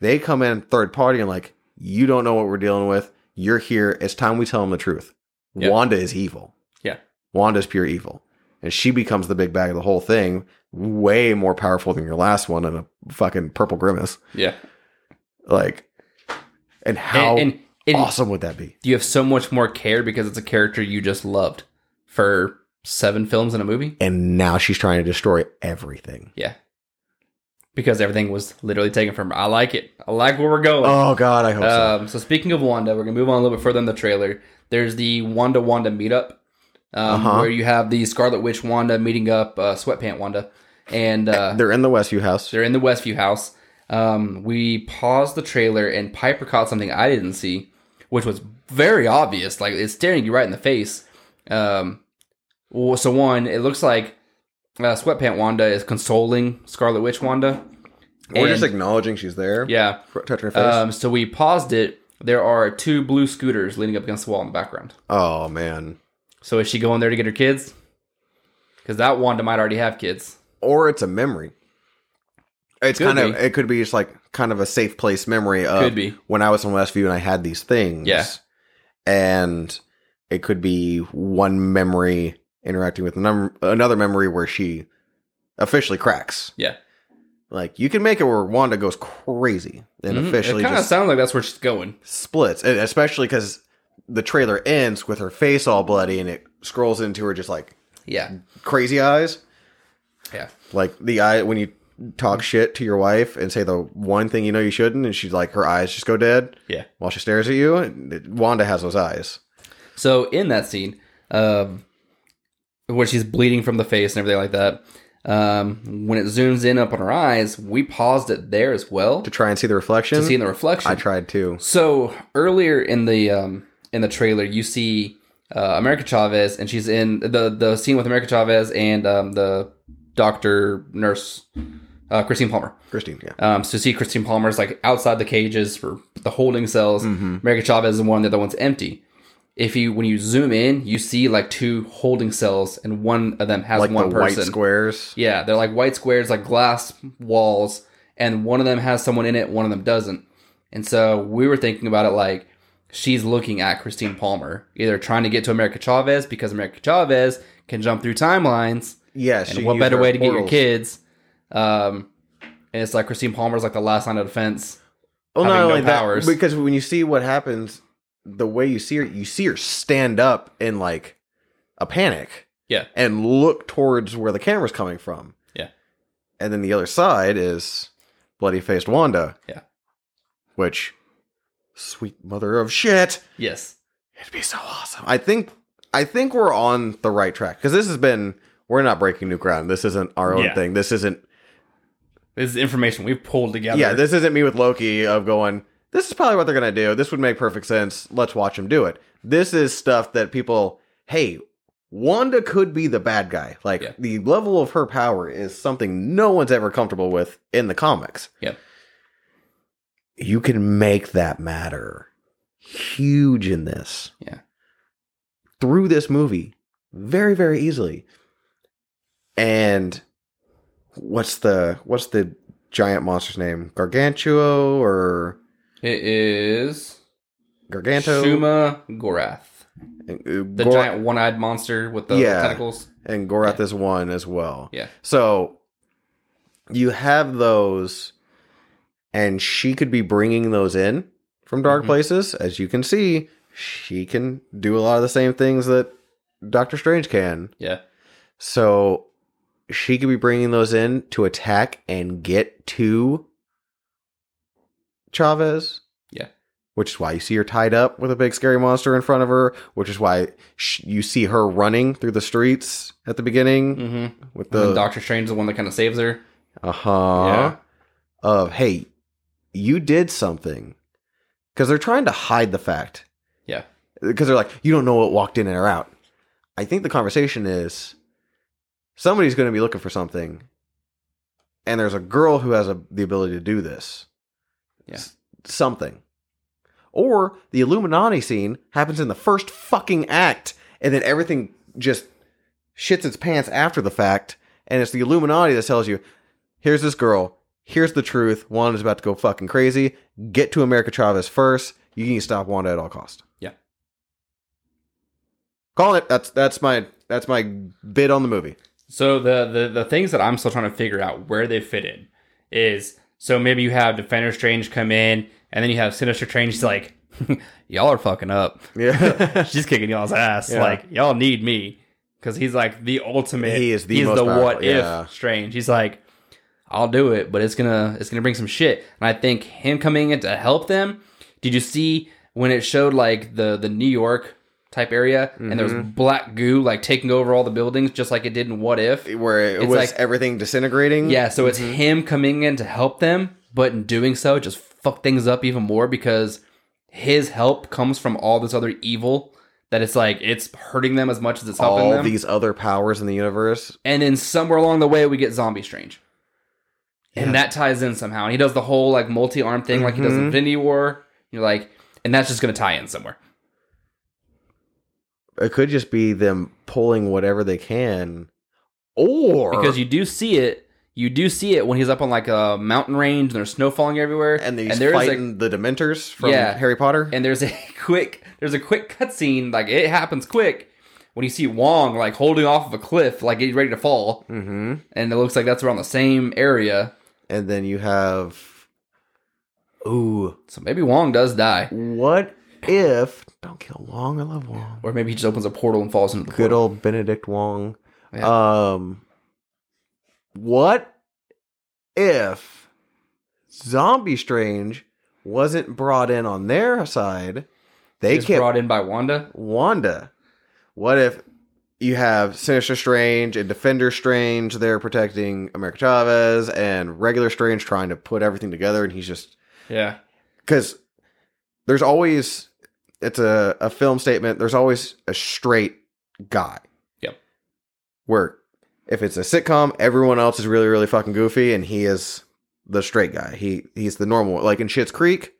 they come in third party and like, you don't know what we're dealing with. You're here. It's time we tell them the truth. Yeah. Wanda is evil. Yeah. Wanda's pure evil. And she becomes the big bag of the whole thing, way more powerful than your last one in a fucking purple grimace. Yeah. Like, and how and, and, and awesome would that be? you have so much more care because it's a character you just loved for seven films in a movie. And now she's trying to destroy everything. Yeah, because everything was literally taken from her. I like it. I like where we're going. Oh God, I hope so. um, so speaking of Wanda, we're gonna move on a little bit further in the trailer. There's the Wanda Wanda meetup. Um, Uh-huh. Where you have the Scarlet Witch Wanda meeting up uh, Sweatpant Wanda, and uh, They're in the Westview house. they're in the Westview house. Um, we paused the trailer and Piper caught something I didn't see, which was very obvious. Like it's staring you right in the face. Um, well, so one, it looks like uh, Sweatpant Wanda is consoling Scarlet Witch Wanda. We're just And- acknowledging she's there. yeah. Touch her face. Um, so we paused it. There are two blue scooters leaning up against the wall in the background. oh man. So is she going there to get her kids? Because that Wanda might already have kids. Or it's a memory. It's Could kind of be. it could be just like kind of a safe place memory of Could be. when I was in Westview and I had these things. Yeah. And it could be one memory interacting with another another memory where she officially cracks. Yeah. Like you can make it where Wanda goes crazy and Mhm. officially it kind of just sounds like that's where she's going. splits, and especially because the trailer ends with her face all bloody and it scrolls into her just like Mm. Yeah. crazy eyes. Yeah. Like the eye when you talk shit to your wife and say the one thing you know you shouldn't, and she's like her eyes just go dead Yeah. while she stares at you. And it- Wanda has those eyes. So in that scene, um, where she's bleeding from the face and everything like that, um, when it zooms in up on her eyes, we paused it there as well To to, try and see the reflection, see in the reflection. I tried to. So earlier in the um, in the trailer, you see uh, America Chavez, and she's in the the scene with America Chavez and um, the doctor nurse uh, Christine Palmer. Christine, yeah. Um, so you see Christine Palmer's like outside the cages for the holding cells. Hmm. America Chavez is in one, the other one's empty. If you when you zoom in, you see like two holding cells, and one of them has Like one the person. white squares. Yeah, they're like white squares, like glass walls, and one of them has someone in it, one of them doesn't. And so we were thinking about it like she's looking at Christine Palmer, either trying to get to America Chavez because America Chavez can jump through timelines, Yes. and she what used better her way to get your portals. kids? Um, and it's like Christine Palmer's like the last line of defense. Well, not having no only powers. that, because when you see what happens, the way you see her, you see her stand up in like a panic, Yeah. and look towards where the camera's coming from, Yeah. and then the other side is bloody faced Wanda, Yeah. which sweet mother of shit, Yes. it'd be so awesome. I think I think we're on the right track because this has been we're not breaking new ground. This isn't our own Yeah. thing. This isn't This is information we've pulled together. yeah, this isn't me with Loki of going, this is probably what they're going to do. This would make perfect sense. Let's watch them do it. This is stuff that people, hey, Wanda could be the bad guy. Like Yeah. the level of her power is something no one's ever comfortable with in the comics. Yep. You can make that matter huge in this. Yeah. Through this movie very very easily. And what's the what's the giant monster's name? Gargantuo or it is Garganto? Shuma Gorath, And, uh, the Gor- giant one-eyed monster with the Yeah. tentacles. and Gorath Yeah. is one as well. Yeah. So you have those, and she could be bringing those in from dark Mhm. places. As you can see, she can do a lot of the same things that Doctor Strange can. Yeah. So she could be bringing those in to attack and get to Chavez. Yeah. Which is why you see her tied up with a big scary monster in front of her, which is why sh- you see her running through the streets at the beginning Mm-hmm. with and the then Doctor Strange is the one that kind of saves her. uh-huh Yeah. of hey you did something because they're trying to hide the fact Yeah. because they're like you don't know what walked in or out i think the conversation is somebody's going to be looking for something and there's a girl who has a, the ability to do this Yeah. S- something or the illuminati scene happens in the first fucking act and then everything just shits its pants after the fact and it's the illuminati that tells you here's this girl. Here's the truth. Wanda's about to go fucking crazy. Get to America Chavez first. You need to stop Wanda at all cost. Yeah. Call it. That's that's my that's my bid on the movie. So the, the the things that I'm still trying to figure out where they fit in is so maybe you have Defender Strange come in, and then you have Sinister Strange he's like, y'all are fucking up. Yeah. She's kicking y'all's ass. Yeah. Like y'all need me because he's like the ultimate. He is the he's most the powerful, what yeah. if Strange. He's like, I'll do it, but it's gonna it's gonna bring some shit. And I think him coming in to help them. Did you see when it showed like the the New York type area and there was Mm-hmm. black goo like taking over all the buildings just like it did in What If? Where it It's was like- everything disintegrating. Yeah, so it's him coming in to help them, but in doing so, it just fucked things up even more because his help comes from all this other evil that it's like it's hurting them as much as it's helping all them. these other powers in the universe. and then somewhere along the way, we get Zombie Strange, Yeah. and that ties in somehow. And he does the whole like multi arm thing, like he does in Mhm. Infinity War. You're like, and that's just gonna tie in somewhere. It could just be them pulling whatever they can, or because you do see it. You do see it when he's up on like a mountain range and there's snow falling everywhere, and he's there is a- fighting the Dementors from Yeah. Harry Potter. and there's a quick there's a quick cutscene like it happens quick when you see Wong like holding off of a cliff like he's ready to fall, mm-hmm. and it looks like that's around the same area. and then you have, ooh, So maybe Wong does die, what if? Don't kill Wong. I love Wong. or maybe he just opens a portal and falls into the Good portal. old Benedict Wong. Um, what if Zombie Strange wasn't brought in on their side? They Just kept brought in by Wanda. Wanda. What if you have Sinister Strange and Defender Strange? They're protecting America Chavez and regular Strange trying to put everything together, and he's just Yeah, because there's always it's a, a film statement there's always a straight guy Yep. where if it's a sitcom everyone else is really really fucking goofy and he is the straight guy he he's the normal one. like in Shit's creek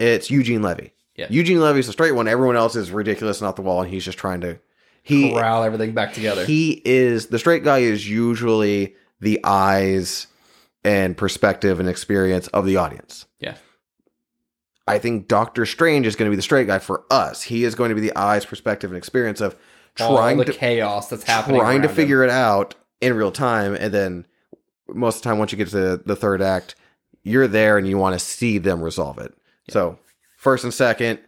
it's eugene levy Yeah. eugene levy's the straight one everyone else is ridiculous and off the wall and he's just trying to he corral everything back together. he is the straight guy is usually the eyes and perspective and experience of the audience. Yeah. I think Doctor Strange is going to be the straight guy for us. He is going to be the eyes, perspective, and experience of All trying the to chaos that's happening, trying to around him. figure it out in real time, and then most of the time, once you get to the, the third act, you're there and you want to see them resolve it. So first and second,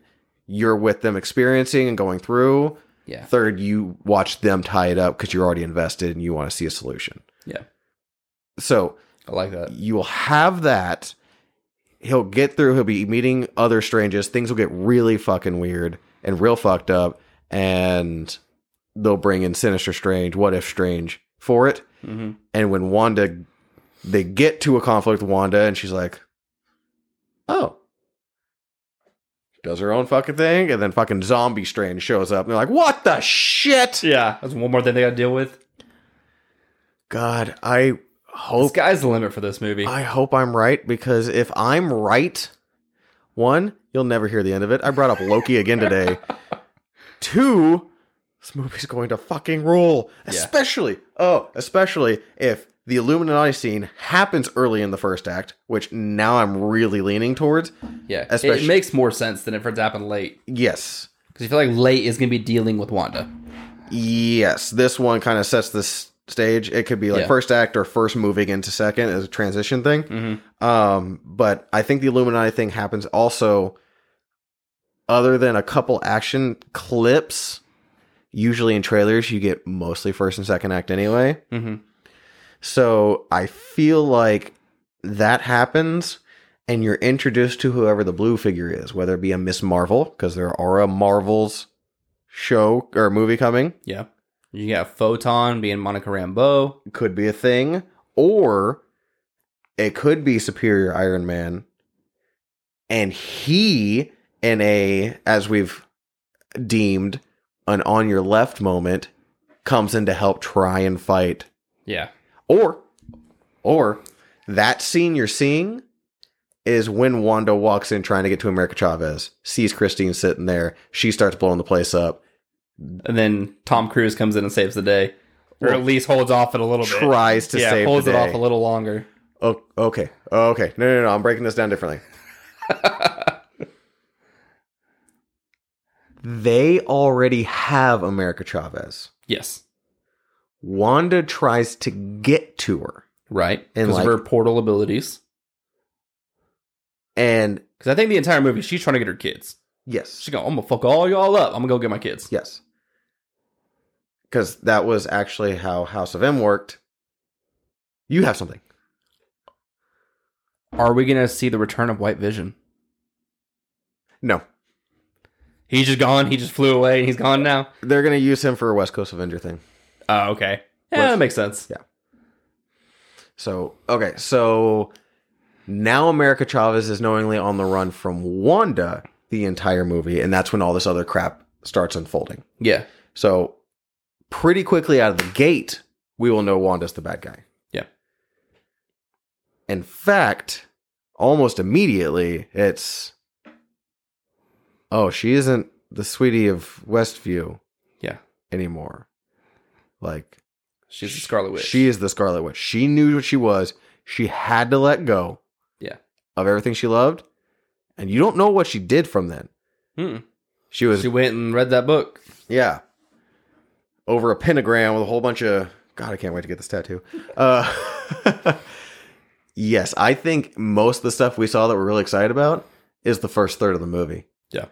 you're with them experiencing and going through. Yeah, Third, you watch them tie it up because you're already invested and you want to see a solution. Yeah. So I like that. you will have that. He'll get through. He'll be meeting other strangers. Things will get really fucking weird and real fucked up. And they'll bring in Sinister Strange, What If Strange for it. hmm And when Wanda, they get to a conflict with Wanda, and she's like, oh. Does her own fucking thing, and then fucking zombie strange shows up. And they're like, "What the shit?" Yeah, that's one more thing they got to deal with. God, I This hope guy's the limit for this movie. I hope I'm right because if I'm right, one, you'll never hear the end of it. I brought up Loki again today. Two, this movie's going to fucking rule. Yeah. Especially, oh, especially if the Illuminati scene happens early in the first act, which now I'm really leaning towards. yeah, especially- it makes more sense than if it's happened late. Yes. Because you feel like late is going to be dealing with Wanda. Yes, this one kind of sets this stage. It could be like Yeah. first act or first moving into second as a transition thing. Mm-hmm. Um, but I think the Illuminati thing happens also. Other than a couple action clips, usually in trailers, you get mostly first and second act anyway. Mm-hmm. So I feel like that happens, and you're introduced to whoever the blue figure is, whether it be a Miss Marvel, because there are a Marvel's show or movie coming. Yeah. You got Photon being Monica Rambeau. could be a thing, or it could be Superior Iron Man, and he in a as we've deemed an on your left moment comes in to help try and fight, Yeah. or or that scene you're seeing is when Wanda walks in trying to get to America Chavez, sees Christine sitting there, she starts blowing the place up, And then Tom Cruise comes in and saves the day. Or Well, at least holds off it a little bit. tries to yeah, save holds the it off day. a little longer. Oh, okay. Oh, okay. No, no, no. I'm breaking this down differently. they already have America Chavez. Yes. Wanda tries to get to her, Right. And Because like- of her portal abilities. and Because I think the entire movie, she's trying to get her kids. yes, She's going, I'm going to fuck all y'all up. I'm going to go get my kids. yes, because that was actually how House of M worked. You have something. Are we going to see the return of White Vision? No, He's just gone. He just flew away and he's gone now. they're gonna use him for a West Coast Avenger thing. Oh, okay. Yeah, What's- that makes sense. So okay, so Now America Chavez is knowingly on the run from Wanda the entire movie, and that's when all this other crap starts unfolding. Yeah. So pretty quickly out of the gate, we will know Wanda's the bad guy. Yeah. In fact, almost immediately, it's oh, she isn't the sweetie of Westview Yeah. anymore. Like She's the Scarlet Witch. she is the Scarlet Witch. She knew what she was. She had to let go. Yeah. Of everything she loved. And you don't know what she did from then. Mm. She was She went and read that book. yeah. Over a pentagram with a whole bunch of God, I can't wait to get this tattoo. Uh, yes, I think most of the stuff we saw that we're really excited about is the first third of the movie. Yeah.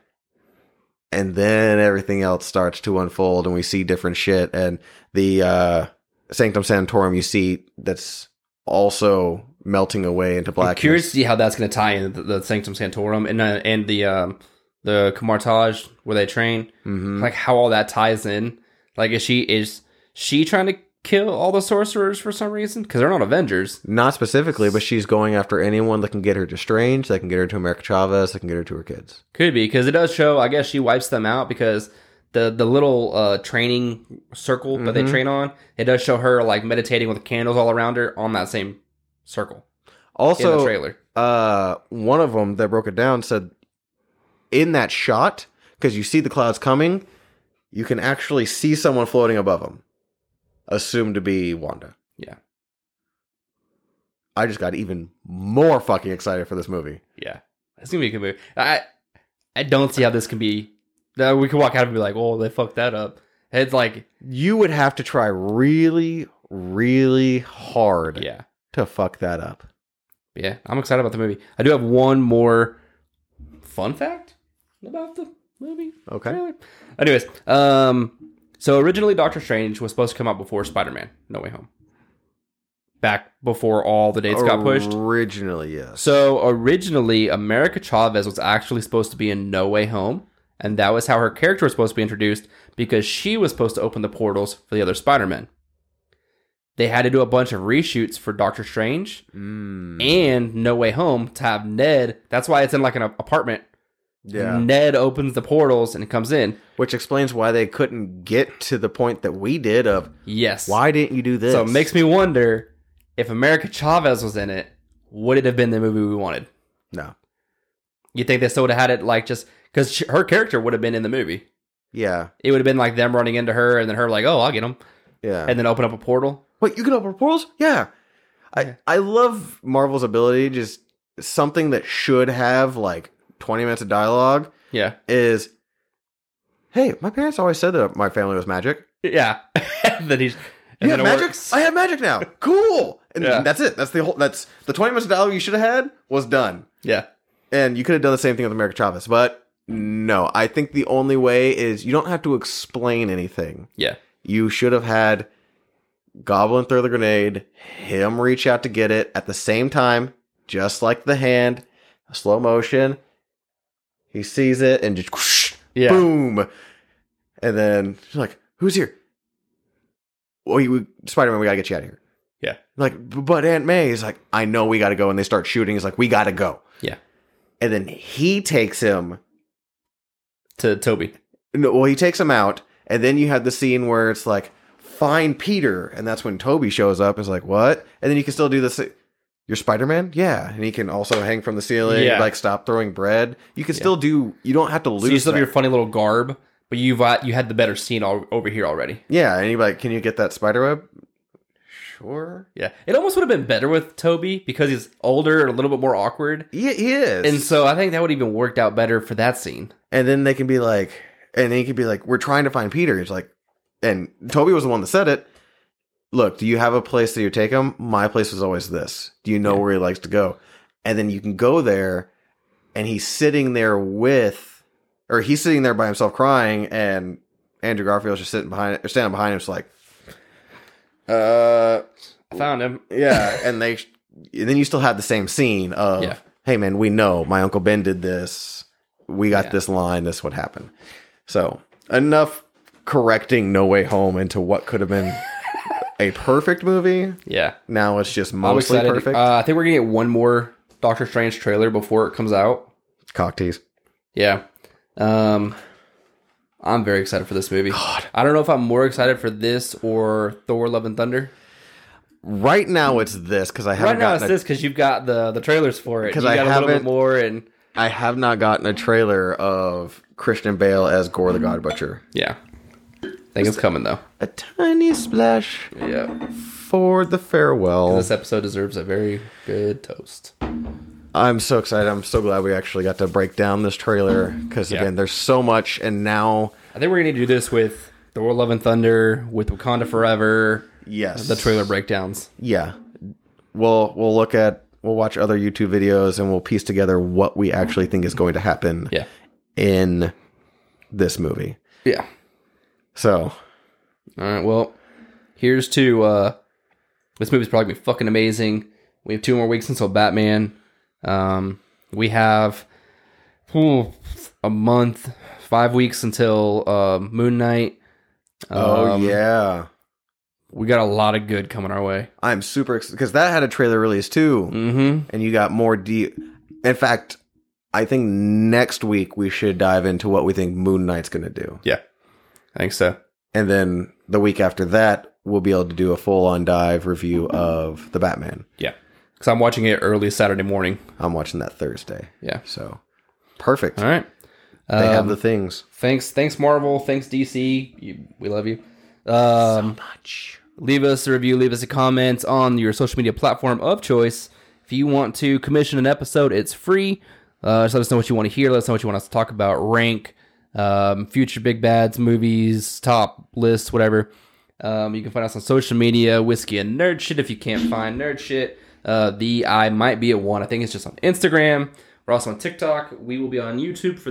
And then everything else starts to unfold and we see different shit. And the uh Sanctum Santorum you see that's also melting away into I'm black. curious to see how that's going to tie in the, the Sanctum Santorum and uh, and the um, the Camartage where they train. hmm Like how all that ties in. Like is she is she trying to kill all the sorcerers for some reason? Because they're not Avengers. Not specifically, but she's going after anyone that can get her to Strange, that can get her to America Chavez, that can get her to her kids. Could be because it does show. I guess she wipes them out because the the little uh, training circle that they Mhm. train on. It does show her like meditating with candles all around her on that same circle in the Also, trailer. uh, one of them that broke it down said in that shot, because you see the clouds coming, you can actually see someone floating above them, assumed to be Wanda. Yeah. I just got even more fucking excited for this movie. Yeah, it's gonna be a good movie. I I don't see how this can be. that We could walk out and be like, "Oh, they fucked that up." It's like, You would have to try really, really hard yeah, to fuck that up. yeah. I'm excited about the movie. I do have one more fun fact about the movie. Okay. trailer. Anyways, um, so originally Doctor Strange was supposed to come out before Spider Man No Way Home. Back before all the dates Oh, got pushed. Originally, yes. So originally, America Chavez was actually supposed to be in No Way Home, and that was how her character was supposed to be introduced because she was supposed to open the portals for the other Spider-Men. They had to do a bunch of reshoots for Doctor Strange Mm, and No Way Home to have Ned. That's why it's in like an apartment. yeah. Ned opens the portals and comes in. Which explains why they couldn't get to the point that we did of Yes. why didn't you do this? So it makes me wonder if America Chavez was in it, would it have been the movie we wanted? no. You think they still would have had it like just because her character would have been in the movie? Yeah. It would have been like them running into her and then her like, oh, I'll get him, Yeah. and then open up a portal. Wait, you can open portals? Yeah. I Yeah. I love Marvel's ability just something that should have like 20 minutes of dialogue Yeah, is hey, my parents always said that my family was magic. yeah. and then he's and You have then it magic? works. I have magic now. cool. And Yeah. that's it. That's the whole that's the 20 minutes of dialogue you should have had was done. yeah, And you could have done the same thing with America Chavez, but no, I think the only way is you don't have to explain anything. yeah, you should have had Goblin throw the grenade, him reach out to get it at the same time, just like the hand, slow motion. He sees it and just whoosh, yeah. boom. And then she's like, who's here? Well, we, Spider Man, we gotta get you out of here. Yeah. Like, "B- but Aunt May is like, I know we gotta go. And they start shooting. He's like, we gotta go. Yeah. And then he takes him To Toby. no, well, he takes him out, and then you have the scene where it's like, find Peter, and that's when Toby shows up. Is like, what? And then you can still do this. You're Spider Man, yeah, and he can also hang from the ceiling, Yeah. like stop throwing bread. You can Yeah. still do. You don't have to So lose. you still have that. your funny little garb, but you've uh, you had the better scene all, over here already. yeah, and you're like, can you get that spider web? Sure. Yeah, it almost would have been better with Toby because he's older and a little bit more awkward, Yeah, he is. and so I think that would even worked out better for that scene. and then they can be like, and then he can be like, we're trying to find Peter. It's like, and Toby was the one that said it. Look, do you have a place that you take him? My place was always this. Do you know Yeah. where he likes to go? And then you can go there, and he's sitting there with, or he's sitting there by himself crying, and Andrew Garfield's just sitting behind, or standing behind him, just like, uh, I found him. yeah, and they, and then you still have the same scene of, Yeah. hey man, we know my uncle Ben did this. We got Yeah. this line. This would happen. So enough correcting No Way Home into what could have been a perfect movie. Yeah, Now it's just I'm mostly excited. perfect. Uh, I think we're gonna get one more Doctor Strange trailer before it comes out. Cock tease. Yeah. Um I'm very excited for this movie. I don't know if I'm more excited for this or Thor Love and Thunder. Right now it's this because I haven't Right now it's gotten a- this because you've got the the trailers for it. 'Cause You I got a little bit haven't- more and I have not gotten a trailer of Christian Bale as Gore the God Butcher. yeah. I think it's coming though. A tiny splash Yeah. for the farewell. This episode deserves a very good toast. I'm so excited. I'm so glad we actually got to break down this trailer because Mm-hmm. Yeah. again, there's so much, and now I think we're gonna do this with Thor Love and Thunder, with Wakanda Forever, yes, the trailer breakdowns. Yeah, we'll we'll look at we'll watch other YouTube videos and we'll piece together what we actually think is going to happen Yeah. in this movie. Yeah. So All right. Well, here's to uh, this movie's probably gonna be fucking amazing. We have two more weeks until Batman. Um, we have whew, a month, five weeks until uh, Moon Knight. oh Um, yeah, we got a lot of good coming our way. I'm super excited because that had a trailer release too, Mm-hmm. and you got more deep. In fact, I think next week we should dive into what we think Moon Knight's going to do. Yeah, I think so. and then the week after that we'll be able to do a full-on dive review of the batman Yeah, because I'm watching it early Saturday morning. i'm watching that thursday Yeah. so perfect All right. they have Um, the things thanks, thanks Marvel, thanks DC. You, we love you. Um, much Uh, um, Um, Uh,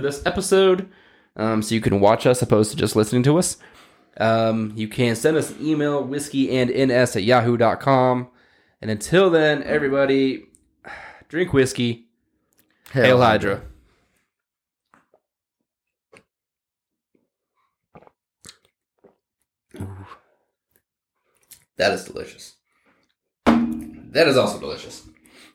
Um, That is delicious. That is also delicious.